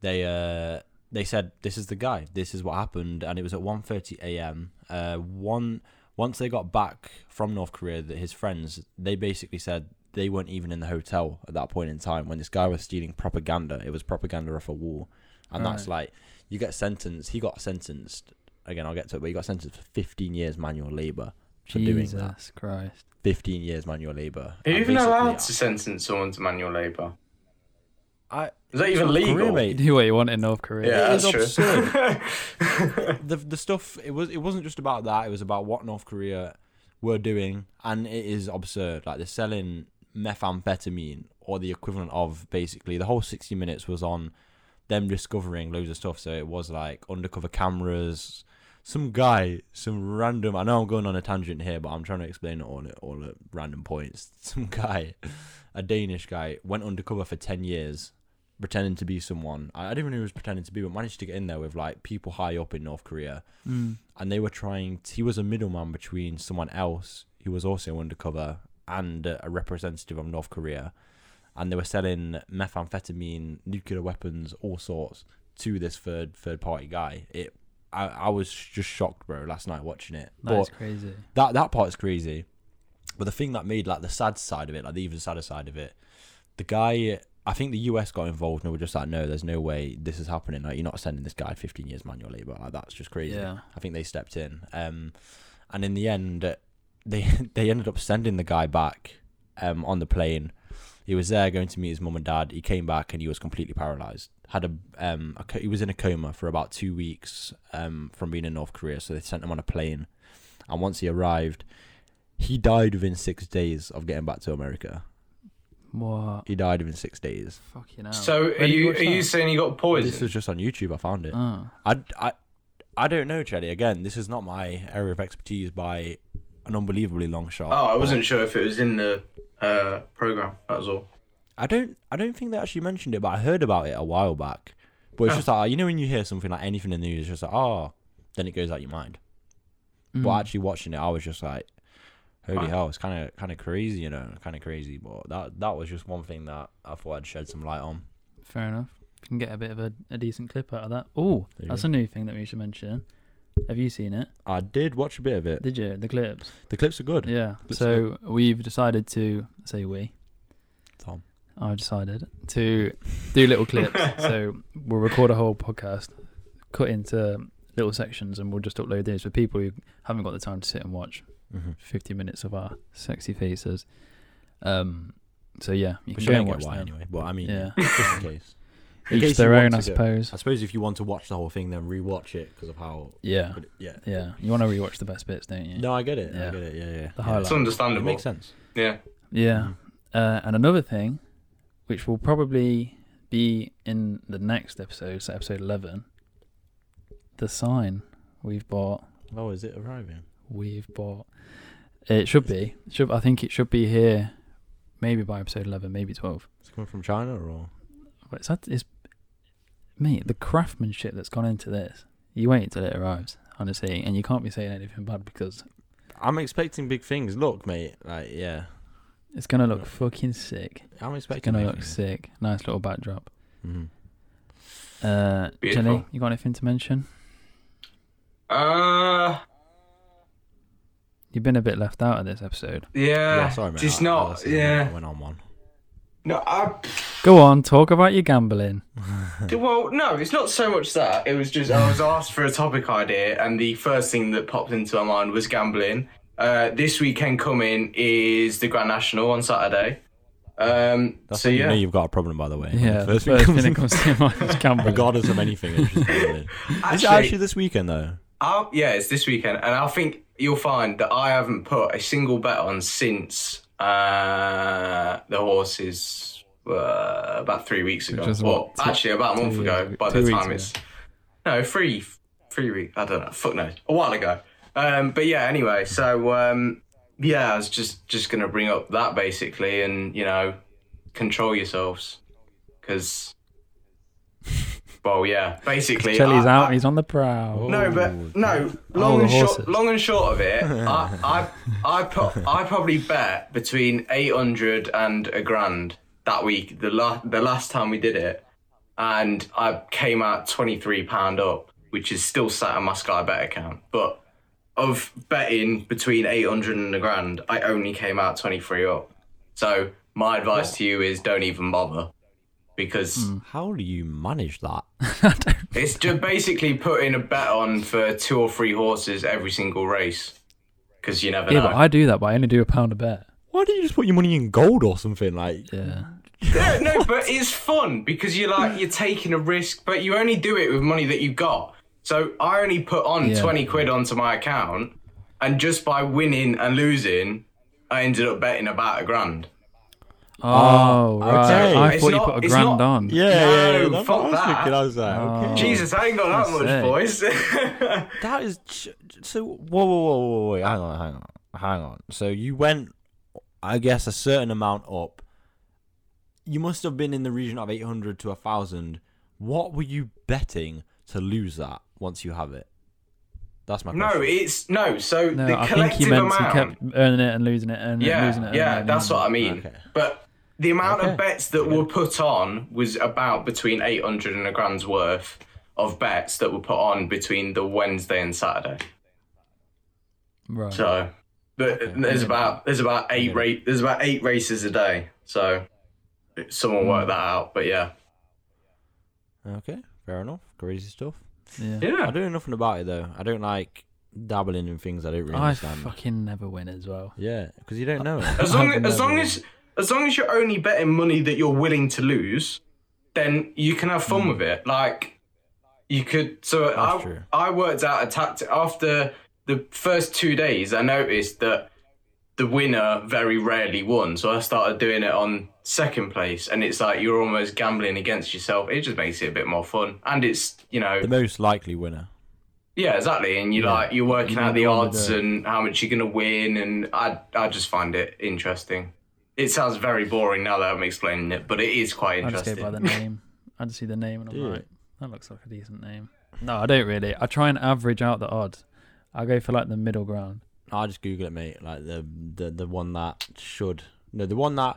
Speaker 2: they uh they said this is the guy. This is what happened, and it was at 1:30 a.m. Uh, one once they got back from North Korea, that his friends they basically said they weren't even in the hotel at that point in time when this guy was stealing propaganda. It was propaganda off a wall, and that's like you get sentenced. He got sentenced again. I'll get to it, but he got sentenced for 15 years manual labor for
Speaker 1: Jesus
Speaker 2: doing that.
Speaker 1: Christ.
Speaker 2: 15 years manual labor.
Speaker 3: Are you
Speaker 2: And
Speaker 3: even allowed to
Speaker 2: basically,
Speaker 3: sentence someone to manual labour?
Speaker 2: Oh. I,
Speaker 3: Is that even
Speaker 2: North Korea,
Speaker 3: legal?
Speaker 1: You
Speaker 2: mate.
Speaker 1: do what you want in North Korea.
Speaker 3: Yeah,
Speaker 2: It is
Speaker 3: that's true.
Speaker 2: the the stuff it was it wasn't just about that it was about what North Korea were doing and it is absurd like they're selling methamphetamine or the equivalent of basically the whole 60 minutes was on them discovering loads of stuff so it was like undercover cameras some guy some random I know I'm going on a tangent here but I'm trying to explain it all at all at random points some guy a Danish guy went undercover for 10 years pretending to be someone. I I don't even know who he was pretending to be, but managed to get in there with like people high up in North Korea,
Speaker 1: Mm,
Speaker 2: and they were trying. he was a middleman between someone else who was also undercover and uh, a representative of North Korea, and they were selling methamphetamine, nuclear weapons, all sorts to this third third party guy. It, I, I was just shocked, bro, last night watching it. But-
Speaker 1: That's crazy.
Speaker 2: that that part's crazy. But the thing that made like the sad side of it, like the even sadder side of it, the guy I think the US got involved and they were just like, no, there's no way this is happening. Like you're not sending this guy 15 years manual labor. Like that's just crazy.
Speaker 1: Yeah.
Speaker 2: I think they stepped in. Um, and in the end, they they ended up sending the guy back um, on the plane. He was there going to meet his mum and dad. He came back and he was completely paralyzed. Had a, um, a co- he was in a coma for about two weeks um, from being in North Korea. So they sent him on a plane, and once he arrived, he died within six days of getting back to America.
Speaker 1: What?
Speaker 2: He died within six days.
Speaker 1: Fucking hell.
Speaker 3: so are
Speaker 1: did you
Speaker 3: you
Speaker 1: watch
Speaker 3: are you
Speaker 1: that?
Speaker 3: saying you got
Speaker 2: This
Speaker 3: poisoned?
Speaker 2: is just on YouTube. I found it.
Speaker 1: Oh.
Speaker 2: I, I, I don't know, Chelly. Again, this is not my area of expertise by an unbelievably long shot.
Speaker 3: Oh, I wasn't sure if it was in the uh, program. That was all.
Speaker 2: I don't I don't think they actually mentioned it, but I heard about it a while back. But
Speaker 3: Oh.
Speaker 2: it's just like you know when you hear something like anything in the news, it's
Speaker 1: Mm.
Speaker 2: just like oh, then it goes out your mind. But actually watching it, I was just like, Holy
Speaker 3: Wow.
Speaker 2: hell, it's kind of kind of crazy, you know, kind of crazy. But that that was just one thing that I thought I'd shed some light on.
Speaker 1: Fair enough. You can get a bit of a, a decent clip out of that. Oh,
Speaker 2: There you
Speaker 1: that's a new thing that we should mention. Have you seen it?
Speaker 2: I did watch a bit of it.
Speaker 1: Did you? The clips?
Speaker 2: The clips are good.
Speaker 1: Yeah.
Speaker 2: Looks
Speaker 1: so we've decided to, say we,
Speaker 2: Tom,
Speaker 1: I've decided to do little clips. so we'll record a whole podcast, cut into little sections, and we'll just upload these for people who haven't got the time to sit and watch
Speaker 2: mm-hmm.
Speaker 1: 50 minutes of our sexy faces. Um, so yeah, you can
Speaker 2: but you
Speaker 1: go and
Speaker 2: don't
Speaker 1: watch
Speaker 2: get why
Speaker 1: them.
Speaker 2: anyway. But I mean,
Speaker 1: Yeah.
Speaker 2: just in case. In
Speaker 1: Each
Speaker 2: case
Speaker 1: their
Speaker 2: you
Speaker 1: own,
Speaker 2: want
Speaker 1: I
Speaker 2: to go-
Speaker 1: suppose.
Speaker 2: I suppose if you want to watch the whole thing, then rewatch it because of how.
Speaker 1: Yeah.
Speaker 2: good it- yeah.
Speaker 1: Yeah. You want to rewatch the best bits, don't you?
Speaker 2: No, I get it.
Speaker 1: Yeah.
Speaker 2: I get it. Yeah, yeah.
Speaker 1: The
Speaker 2: yeah.
Speaker 1: highlight.
Speaker 3: It's
Speaker 2: It
Speaker 3: understandable.
Speaker 2: makes sense.
Speaker 3: Yeah.
Speaker 1: Yeah. Uh, and another thing, which will probably be in the next episode, so episode 11, the sign we've bought.
Speaker 2: Oh, is it arriving?
Speaker 1: We've bought. It should be. It Should I think it should be here maybe by episode 11, maybe 12.
Speaker 2: It's coming from China or?
Speaker 1: But it's, that, it's, mate, the craftsmanship that's gone into this. You wait till it arrives, honestly, and you can't be saying anything bad because
Speaker 2: I'm expecting big things. Look, mate. Like, yeah.
Speaker 1: it's going to look
Speaker 2: Yeah.
Speaker 1: fucking sick.
Speaker 2: I'm
Speaker 1: It's
Speaker 2: expecting.
Speaker 1: going to look sick. Nice little backdrop.
Speaker 2: Mm-hmm.
Speaker 1: Uh, Jenny,
Speaker 3: Beautiful.
Speaker 1: you got anything to mention?
Speaker 3: Uh,
Speaker 1: You've been a bit left out of this episode.
Speaker 3: yeah.
Speaker 2: yeah, sorry, mate. I-
Speaker 3: Just
Speaker 2: I-
Speaker 3: not.
Speaker 2: that's the thing, I
Speaker 3: yeah.
Speaker 2: went on one.
Speaker 3: No, I,
Speaker 1: Go on, talk about your gambling.
Speaker 3: well, no, it's not so much that. It was just I was asked for a topic idea, and the first thing that popped into my mind was gambling. Uh, this weekend coming is the Grand National on Saturday. Um,
Speaker 2: That's
Speaker 3: so
Speaker 2: you know
Speaker 3: yeah,
Speaker 2: you've got a problem, by the way.
Speaker 1: Yeah,
Speaker 2: The
Speaker 1: the first thing that
Speaker 2: in-
Speaker 1: comes to mind is gambling.
Speaker 2: regardless of anything. It's just gambling. Is it
Speaker 3: actually,
Speaker 2: actually this weekend though?
Speaker 3: I'll, yeah, it's this weekend, and I think you'll find that I haven't put a single bet on since uh, the horses were about three weeks ago.
Speaker 1: Which is
Speaker 3: Well,
Speaker 1: what, two-
Speaker 3: actually, about a month
Speaker 1: two
Speaker 3: ago.
Speaker 1: weeks-
Speaker 3: by
Speaker 1: two
Speaker 3: the
Speaker 1: weeks
Speaker 3: time it's no three, three weeks. I don't know. Fuck knows. A while ago. Um, but yeah. Anyway, so um, yeah, I was just just gonna bring up that basically, and you know, control yourselves, because. Well, yeah. Basically,
Speaker 1: Chelly's
Speaker 3: I-
Speaker 1: out
Speaker 3: I-
Speaker 1: and he's on the prowl.
Speaker 3: no, but no.
Speaker 1: Oh,
Speaker 3: Long
Speaker 1: the
Speaker 3: and
Speaker 1: horses.
Speaker 3: short, long and short of it, I, I, I, pro- I probably bet between eight hundred and a grand that week. The last, the last time we did it, and I came out twenty three pound up, which is still sat on my Sky Bet account. But of betting between eight hundred and a grand, I only came out twenty three up. So my advice to you is don't even bother, because.
Speaker 2: How do you manage that?
Speaker 3: It's just basically putting a bet on for two or three horses every single race because you never
Speaker 1: Yeah,
Speaker 3: know.
Speaker 1: but I do that, but I only do a pound a bet.
Speaker 2: Why don't you just put your money in gold or something? Like,
Speaker 1: Yeah.
Speaker 3: no, no, but it's fun because you're like you're taking a risk, but you only do it with money that you got. So I only put on
Speaker 1: Yeah.
Speaker 3: twenty quid onto my account, and just by winning and losing, I ended up betting about a grand.
Speaker 1: Oh, right.
Speaker 2: okay.
Speaker 1: I
Speaker 3: It's
Speaker 1: thought you
Speaker 3: not-
Speaker 1: put a
Speaker 3: it's
Speaker 1: grand
Speaker 3: not-
Speaker 1: on.
Speaker 2: yeah,
Speaker 3: No,
Speaker 2: yeah, yeah, that's what
Speaker 3: fuck
Speaker 2: I was
Speaker 3: that.
Speaker 2: thinking. I was like,
Speaker 1: Oh.
Speaker 2: okay.
Speaker 3: Jesus, I ain't got that much, boys.
Speaker 2: that is j- j- so. Whoa, whoa, whoa, whoa, wait, hang on, hang on, hang on. So you went, I guess, a certain amount up. You must have been in the region of eight hundred to thousand. What were you betting to lose that once you have it? That's my question.
Speaker 3: no, it's no. So
Speaker 1: No,
Speaker 3: the
Speaker 1: I
Speaker 3: collective
Speaker 1: think he meant
Speaker 3: amount.
Speaker 1: he kept earning it and losing it and
Speaker 3: yeah,
Speaker 1: losing it. and
Speaker 3: yeah,
Speaker 1: earning
Speaker 3: that's
Speaker 1: it.
Speaker 3: what I mean.
Speaker 2: Okay.
Speaker 3: But the amount
Speaker 2: Okay.
Speaker 3: of bets that were put on was about between 800 and a grand's worth of bets that were put on between the Wednesday and Saturday.
Speaker 1: Right.
Speaker 3: So but there's about there's about eight ra- there's about eight races a day. So someone worked that out, but yeah.
Speaker 2: okay, fair enough. Crazy stuff.
Speaker 1: yeah.
Speaker 2: I
Speaker 3: Yeah.
Speaker 2: don't know nothing about it though. I don't like dabbling in things I don't really
Speaker 1: I
Speaker 2: understand.
Speaker 1: fucking never win as well.
Speaker 2: Yeah, because you don't know. it.
Speaker 3: As long
Speaker 1: I've
Speaker 3: as, as long
Speaker 1: never-
Speaker 3: as as long as you're only betting money that you're willing to lose, then you can have
Speaker 1: Hmm.
Speaker 3: fun with it. Like you could. So I
Speaker 2: true.
Speaker 3: I worked out a tactic after the first two days. I noticed that the winner very rarely won, so I started doing it on second place, and it's like you're almost gambling against yourself. It just makes it a bit more fun, and it's you know
Speaker 2: the most likely winner.
Speaker 3: yeah, exactly. And you
Speaker 1: Yeah.
Speaker 3: like you're working
Speaker 1: You
Speaker 3: out
Speaker 1: know
Speaker 3: the
Speaker 1: what to
Speaker 3: odds
Speaker 1: do.
Speaker 3: and how much you're gonna win, and I I just find it interesting. It sounds very boring now that I'm explaining it, but it is quite
Speaker 1: I just go
Speaker 3: interesting.
Speaker 1: by the name. I just see the name and I'm
Speaker 2: Do you?
Speaker 1: like, that looks like a decent name. No, I don't really. I try and average out the odds. I go for like the middle ground.
Speaker 2: I just Google it, mate. Like the the the one that should no, the one that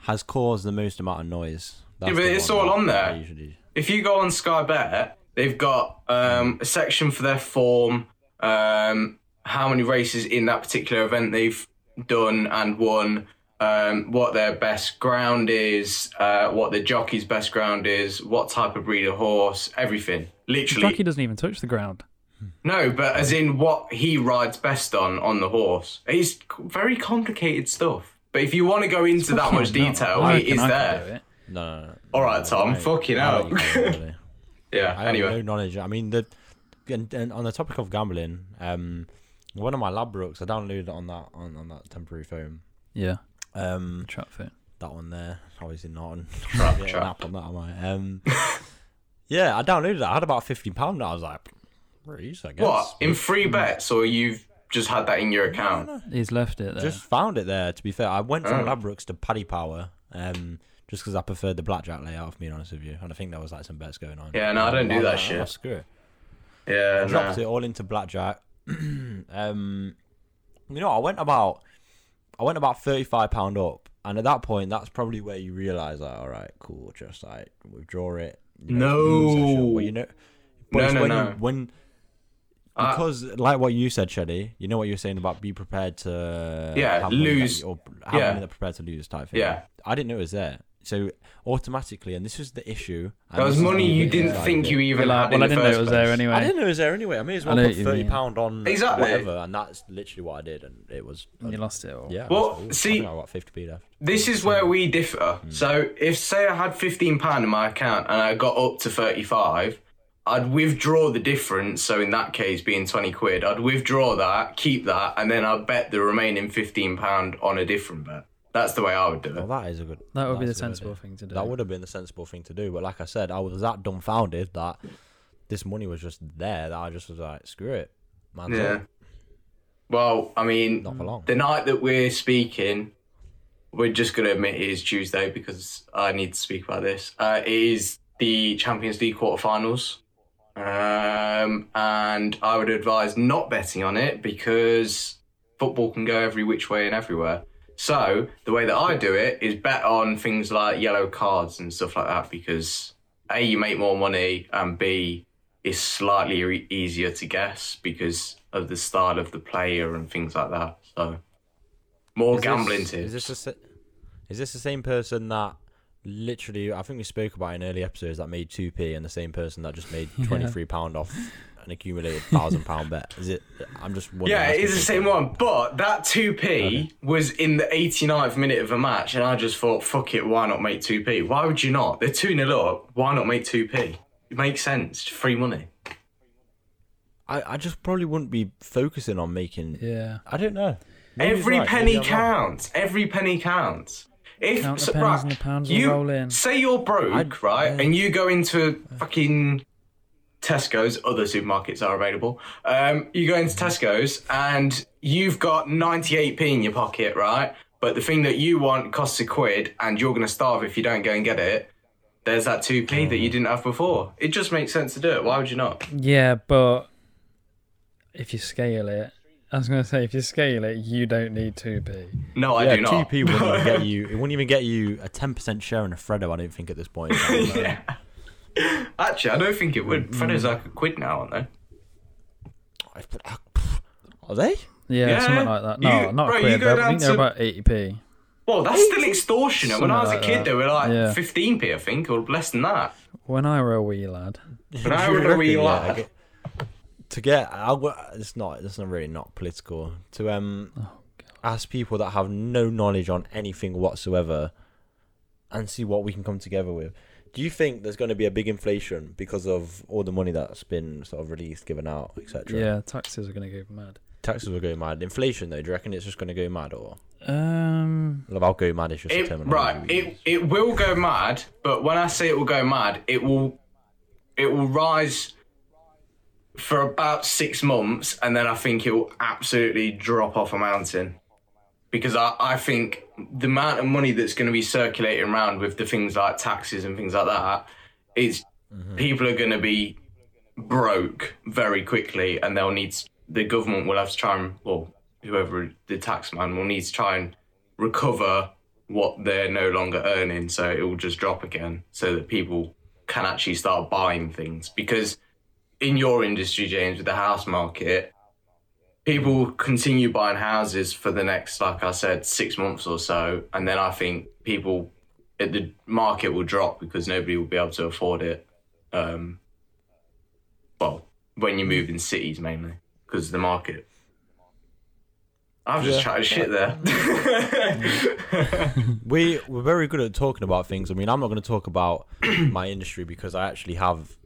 Speaker 2: has caused the most amount of noise. That's
Speaker 3: but
Speaker 2: the
Speaker 3: it's
Speaker 2: one
Speaker 3: all
Speaker 2: that
Speaker 3: on there.
Speaker 2: I usually-
Speaker 3: if you go on Sky Bet, they've got um, a section for their form, um, how many races in that particular event they've done and won, um, what their best ground is, uh, what the jockey's best ground is, what type of breed of horse, everything.
Speaker 1: The
Speaker 3: Literally.
Speaker 1: jockey doesn't even touch the ground.
Speaker 3: No, but as in what he rides best on on the horse. It's c- very complicated stuff. But if you want to go into that much
Speaker 1: Fucking hell.
Speaker 3: detail,
Speaker 1: I
Speaker 3: it
Speaker 1: reckon
Speaker 3: is
Speaker 1: I could do
Speaker 3: there.
Speaker 1: it.
Speaker 2: No, no, no.
Speaker 3: All right, Tom,
Speaker 2: I-
Speaker 3: fucking
Speaker 2: I don't
Speaker 3: hell.
Speaker 2: think so, really.
Speaker 3: Yeah,
Speaker 2: I have
Speaker 3: Oh, anyway.
Speaker 2: no knowledge. I mean, the and, and on the topic of gambling, um, one of my lab books I downloaded it on that on, on that temporary phone.
Speaker 1: Yeah,
Speaker 2: Um,
Speaker 1: trap fit.
Speaker 2: that one there, obviously not on
Speaker 3: Crap,
Speaker 2: get an
Speaker 3: crap.
Speaker 2: app on that, am I? Um, yeah, I downloaded it. I had about fifteen pound. I was like, Reese, I guess.
Speaker 3: What in free bets, or you've just had that in your account?
Speaker 1: He's left it there.
Speaker 2: Just found it there. To be fair, I went from
Speaker 3: Oh.
Speaker 2: Labrooks to Paddy Power, um, just because I preferred the blackjack layout. If being honest with you, and I think there was like some bets going on.
Speaker 3: Yeah, no, I don't do
Speaker 2: was
Speaker 3: that
Speaker 2: like,
Speaker 3: shit.
Speaker 2: "Oh, screw it.
Speaker 3: Yeah,
Speaker 2: I dropped it all into blackjack. um, you know, I went about, I went about thirty-five pound up, and at that point, that's probably where you realise, like, all right, cool, just like withdraw it. You know, it's a lose session,
Speaker 3: No.
Speaker 2: but you know, but
Speaker 3: No,
Speaker 2: it's
Speaker 3: no,
Speaker 2: when
Speaker 3: no.
Speaker 2: You, when
Speaker 3: I-
Speaker 2: because like what you said, Shelly, you know what you were saying about be prepared to
Speaker 3: Yeah,
Speaker 2: have money that
Speaker 3: lose.
Speaker 2: you- or have
Speaker 3: Yeah.
Speaker 2: money that prepared to lose type thing.
Speaker 3: Yeah.
Speaker 2: I didn't know it was there. So automatically, and this was the issue. and
Speaker 3: That was
Speaker 2: this is
Speaker 3: money
Speaker 2: the
Speaker 3: you
Speaker 2: bit
Speaker 3: didn't
Speaker 2: that I
Speaker 3: think
Speaker 2: did.
Speaker 3: you even
Speaker 1: Well, I-
Speaker 3: had
Speaker 1: well,
Speaker 3: in
Speaker 1: I
Speaker 3: the
Speaker 1: didn't know it
Speaker 3: first
Speaker 1: was there
Speaker 3: place.
Speaker 1: anyway.
Speaker 2: I didn't know it was there anyway. I may as well
Speaker 1: I know
Speaker 2: put
Speaker 1: what you
Speaker 2: thirty
Speaker 1: mean.
Speaker 2: pound on
Speaker 3: Exactly.
Speaker 2: whatever, and that's literally what I did, and it was uh,
Speaker 1: You lost it all.
Speaker 2: yeah.
Speaker 3: Well,
Speaker 2: it was, ooh,
Speaker 3: see-
Speaker 2: I, think I got fifty p left.
Speaker 3: This is where we differ. So if say I had fifteen pound in my account and I got up to thirty-five, I'd withdraw the difference. So in that case, being twenty quid, I'd withdraw that, keep that, and then I'd bet the remaining fifteen pound on a different bet. That's the way I would do
Speaker 2: Well,
Speaker 3: it.
Speaker 2: that is a good.
Speaker 1: That would be the
Speaker 2: that's a good
Speaker 1: sensible
Speaker 2: idea.
Speaker 1: thing to do.
Speaker 2: That would have been the sensible thing to do, but like I said, I was that dumbfounded that this money was just there that I just was like, screw it, man.
Speaker 3: Yeah. Well, I mean,
Speaker 2: Not for long.
Speaker 3: the night that we're speaking, we're just going to admit it is Tuesday because I need to speak about this. Uh, it is the Champions League quarterfinals. Um, and I would advise not betting on it because football can go every which way and everywhere. So the way that I do it is bet on things like yellow cards and stuff like that because A, you make more money, and B, it's slightly re- easier to guess because of the style of the player and things like that. So more
Speaker 2: Is
Speaker 3: gambling
Speaker 2: this,
Speaker 3: tips.
Speaker 2: Is this, the, sa- is this the same person that literally, I think we spoke about in early episodes, that made 2p and the same person that just made £23 off an accumulated £1,000 bet? Is it? I'm just wondering.
Speaker 3: Yeah, it
Speaker 2: asking
Speaker 3: is the same one. But that 2p was in the 89th minute of a match, and I just thought, fuck it, why not make 2p? Why would you not? They're 2 0 up. Why not make 2p? It makes sense. It's free money.
Speaker 2: I, I just probably wouldn't be focusing on making.
Speaker 1: Yeah.
Speaker 2: I don't know. Maybe he's
Speaker 3: Every
Speaker 2: right,
Speaker 3: penny
Speaker 2: maybe I'm wrong.
Speaker 3: counts. Every penny counts. If
Speaker 1: Count the
Speaker 3: so-
Speaker 1: pennies
Speaker 3: right,
Speaker 1: and the pounds will
Speaker 3: you
Speaker 1: roll in. uh,
Speaker 3: say you're broke,
Speaker 2: I'd-
Speaker 3: right,
Speaker 2: yeah.
Speaker 3: and you go into fucking Tesco's. Other supermarkets are available. Um, you go into Tesco's and you've got 98p in your pocket, right? But the thing that you want costs a quid, and you're gonna starve if you don't go and get it. There's that 2p that you didn't have before. It just makes sense to do it. Why would you not?
Speaker 1: Yeah, but if you scale it, I was going to say if you scale it, you don't need two p.
Speaker 3: No, I
Speaker 2: yeah,
Speaker 3: do not.
Speaker 2: 2p wouldn't even get you. It wouldn't even get you a 10% share in a Freddo. I don't think at this point.
Speaker 3: yeah. Actually, I don't think it would.
Speaker 1: Mm-hmm.
Speaker 3: Freddo's like a quid now, aren't they?
Speaker 2: Are they?
Speaker 1: Yeah,
Speaker 3: Yeah.
Speaker 1: something like that. No,
Speaker 3: You-
Speaker 1: not
Speaker 3: bro,
Speaker 1: a
Speaker 3: you
Speaker 1: quid.
Speaker 3: go
Speaker 1: but I
Speaker 3: down
Speaker 1: think they're
Speaker 3: to-
Speaker 1: about eighty p.
Speaker 3: Well, that's still extortionate. when I was a
Speaker 1: Something like
Speaker 3: kid,
Speaker 1: that.
Speaker 3: they were like
Speaker 1: Yeah.
Speaker 3: 15p, I think, or less than that.
Speaker 1: When I were a wee lad,
Speaker 3: But I would have
Speaker 2: Yeah,
Speaker 3: been
Speaker 2: I
Speaker 3: like,
Speaker 2: get- to get I w- it's not it's not really not political to um
Speaker 3: Oh,
Speaker 2: ask people that have no knowledge on anything whatsoever and see what we can come together with. Do you think there's going to be a big inflation because of all the money that's been sort of released, given out, etc.?
Speaker 1: yeah, taxes are going to go mad.
Speaker 2: Taxes will go mad. Inflation, though, do you reckon it's just going to go mad, or
Speaker 1: Um,
Speaker 2: love? I'll go mad. It's just a
Speaker 3: it,
Speaker 2: terminology.
Speaker 3: right,
Speaker 2: we use.
Speaker 3: it, it will go mad, but when I say it will go mad, it will it will rise for about six months, and then I think it will absolutely drop off a mountain. Because I, I think the amount of money that's going to be circulating around with the things like taxes and things like that is people are going to be broke very quickly and they'll need the government will have to try and well whoever the tax man will need to try and recover what they're no longer earning, so it will just drop again, so that people can actually start buying things. Because in your industry, James, with the house market, people continue buying houses for the next, like I said, six months or so, and then I think people the market will drop because nobody will be able to afford it. Um, well, when you move in cities mainly, because the market. I've just
Speaker 2: Yeah.
Speaker 3: chatted shit there.
Speaker 2: We we're very good at talking about things. I mean, I'm not going to talk about my industry because I actually have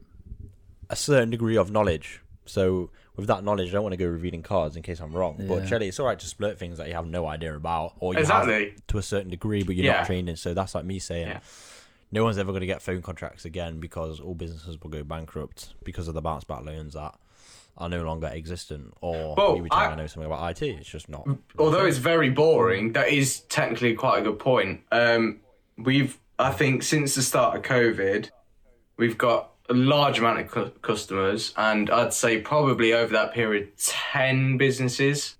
Speaker 2: a certain degree of knowledge. So with that knowledge, I don't want to go revealing cards in case I'm wrong. But
Speaker 1: Yeah.
Speaker 2: Chelly, it's all right to split things that you have no idea about, or you
Speaker 3: Exactly.
Speaker 2: have to a certain degree, but you're
Speaker 3: Yeah.
Speaker 2: not trained in. So that's like me saying,
Speaker 3: Yeah.
Speaker 2: no one's ever going to get phone contracts again because all businesses will go bankrupt because of the bounce back loans that are no longer existent, or
Speaker 3: Well,
Speaker 2: you pretend
Speaker 3: I-
Speaker 2: I know something about IT. It's just not.
Speaker 3: although it's very boring, that is technically quite a good point. Um, we've, I think, since the start of COVID, we've got a large amount of cu- customers, and I'd say probably over that period, ten businesses.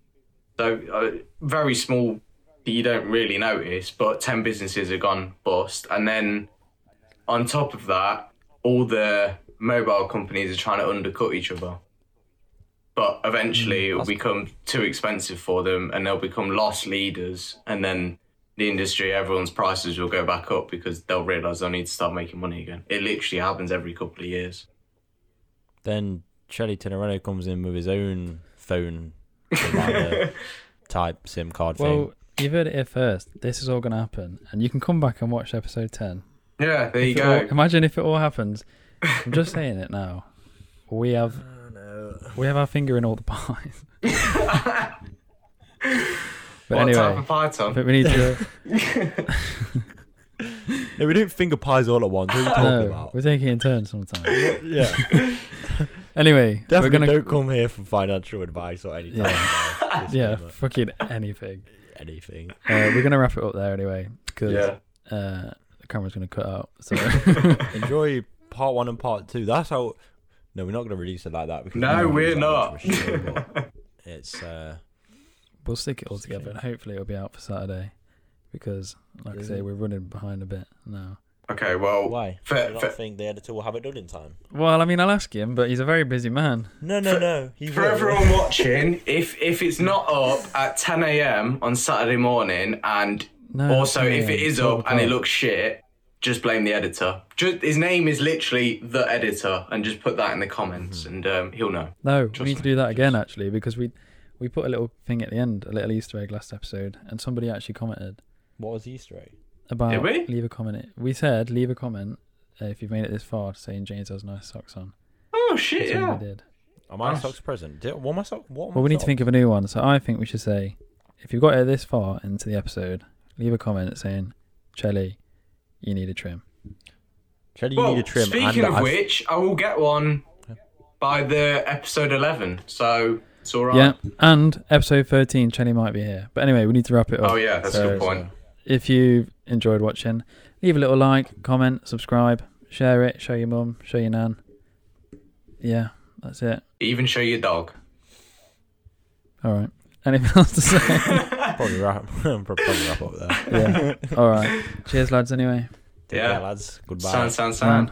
Speaker 3: So uh, very small that you don't really notice, but ten businesses have gone bust, and then on top of that, all the mobile companies are trying to undercut each other. But eventually,
Speaker 1: Mm,
Speaker 3: it'll become too expensive for them, and they'll become lost leaders. And then the industry, everyone's prices will go back up because they'll realise they'll need to start making money again. It literally happens every couple of years.
Speaker 2: Then Chelly Tenerano comes in with his own phone provider type SIM card
Speaker 1: Well,
Speaker 2: thing.
Speaker 1: you've heard it here first. This is all going to happen. And you can come back and watch episode 10.
Speaker 3: Yeah, there you
Speaker 1: If it all-
Speaker 3: go.
Speaker 1: imagine if it all happens. I'm just saying it now. We have
Speaker 3: Oh,
Speaker 1: we have our finger in all the pies. but
Speaker 3: what type
Speaker 1: anyway,
Speaker 3: of
Speaker 1: I
Speaker 3: Python?
Speaker 1: think we need to.
Speaker 2: No, we don't finger pies all at once. What are you talking
Speaker 1: no,
Speaker 2: about?
Speaker 1: we're taking it in turns sometimes.
Speaker 2: Yeah,
Speaker 1: Anyway,
Speaker 2: definitely
Speaker 1: we're gonna
Speaker 2: don't come here for financial advice or anything. Yeah,
Speaker 1: yeah, fucking anything.
Speaker 2: anything.
Speaker 1: Uh, we're gonna wrap it up there anyway because
Speaker 3: Yeah.
Speaker 1: uh, the camera's gonna cut out. So
Speaker 2: Enjoy part one and part two. That's how. No, we're not going to release it like that. because
Speaker 3: No,
Speaker 2: we know
Speaker 3: we're
Speaker 2: it's
Speaker 3: not.
Speaker 2: amateur show, but it's uh,
Speaker 1: we'll stick it all together and hopefully it'll be out for Saturday because, like I say, we're running behind a bit now.
Speaker 3: Okay, well,
Speaker 2: why?
Speaker 3: For-
Speaker 2: I don't
Speaker 3: for-
Speaker 2: think the editor will have it done in time.
Speaker 1: Well, I mean, I'll ask him, but he's a very busy man.
Speaker 2: No, no, no. He
Speaker 3: For
Speaker 2: will.
Speaker 3: everyone watching, if if it's not up at 10 a.m. on Saturday morning, and
Speaker 2: Oh,
Speaker 1: No,
Speaker 3: also
Speaker 1: it's
Speaker 3: if
Speaker 1: 10
Speaker 3: it is
Speaker 1: 12
Speaker 3: up and it
Speaker 1: o'clock.
Speaker 3: looks shit, just blame the editor. Just, his name is literally the editor, and just put that in the comments,
Speaker 2: Mm-hmm.
Speaker 3: and um, he'll know.
Speaker 1: No, we need to do that again actually because we we put a little thing at the end, a little Easter egg last episode, and somebody actually commented
Speaker 2: What was Easter egg?
Speaker 1: about
Speaker 3: Did we?
Speaker 1: leave a comment. We said leave a comment uh, if you've made it this far, saying James has nice socks on.
Speaker 3: Oh shit!
Speaker 1: That's when
Speaker 3: Yeah.
Speaker 1: we did.
Speaker 2: Am I
Speaker 3: Nice.
Speaker 2: socks present? Did, what am I sock? What am
Speaker 1: Well,
Speaker 2: I
Speaker 1: we need
Speaker 2: sock?
Speaker 1: to think of a new one. So I think we should say, if you've got it this far into the episode, leave a comment saying, Chelly, you need a trim.
Speaker 2: Shelley, you
Speaker 3: Well,
Speaker 2: need a trim.
Speaker 3: speaking
Speaker 2: and
Speaker 3: of
Speaker 2: I've-
Speaker 3: which, I will get one by the episode 11, so it's all right.
Speaker 1: Yeah, and episode 13, Chelly might be here. But anyway, we need to wrap it up.
Speaker 3: Oh yeah, that's a
Speaker 1: So
Speaker 3: good point.
Speaker 1: If you've enjoyed watching, leave a little like, comment, subscribe, share it, show your mum, show your nan. Yeah, that's it.
Speaker 3: Even show your dog.
Speaker 1: All right. Anything else to say?
Speaker 2: probably wrap, probably wrap up there.
Speaker 1: yeah. All right. Cheers, lads, anyway.
Speaker 2: Take
Speaker 3: Yeah.
Speaker 2: care, lads. Goodbye.
Speaker 3: Sound, sound, sound.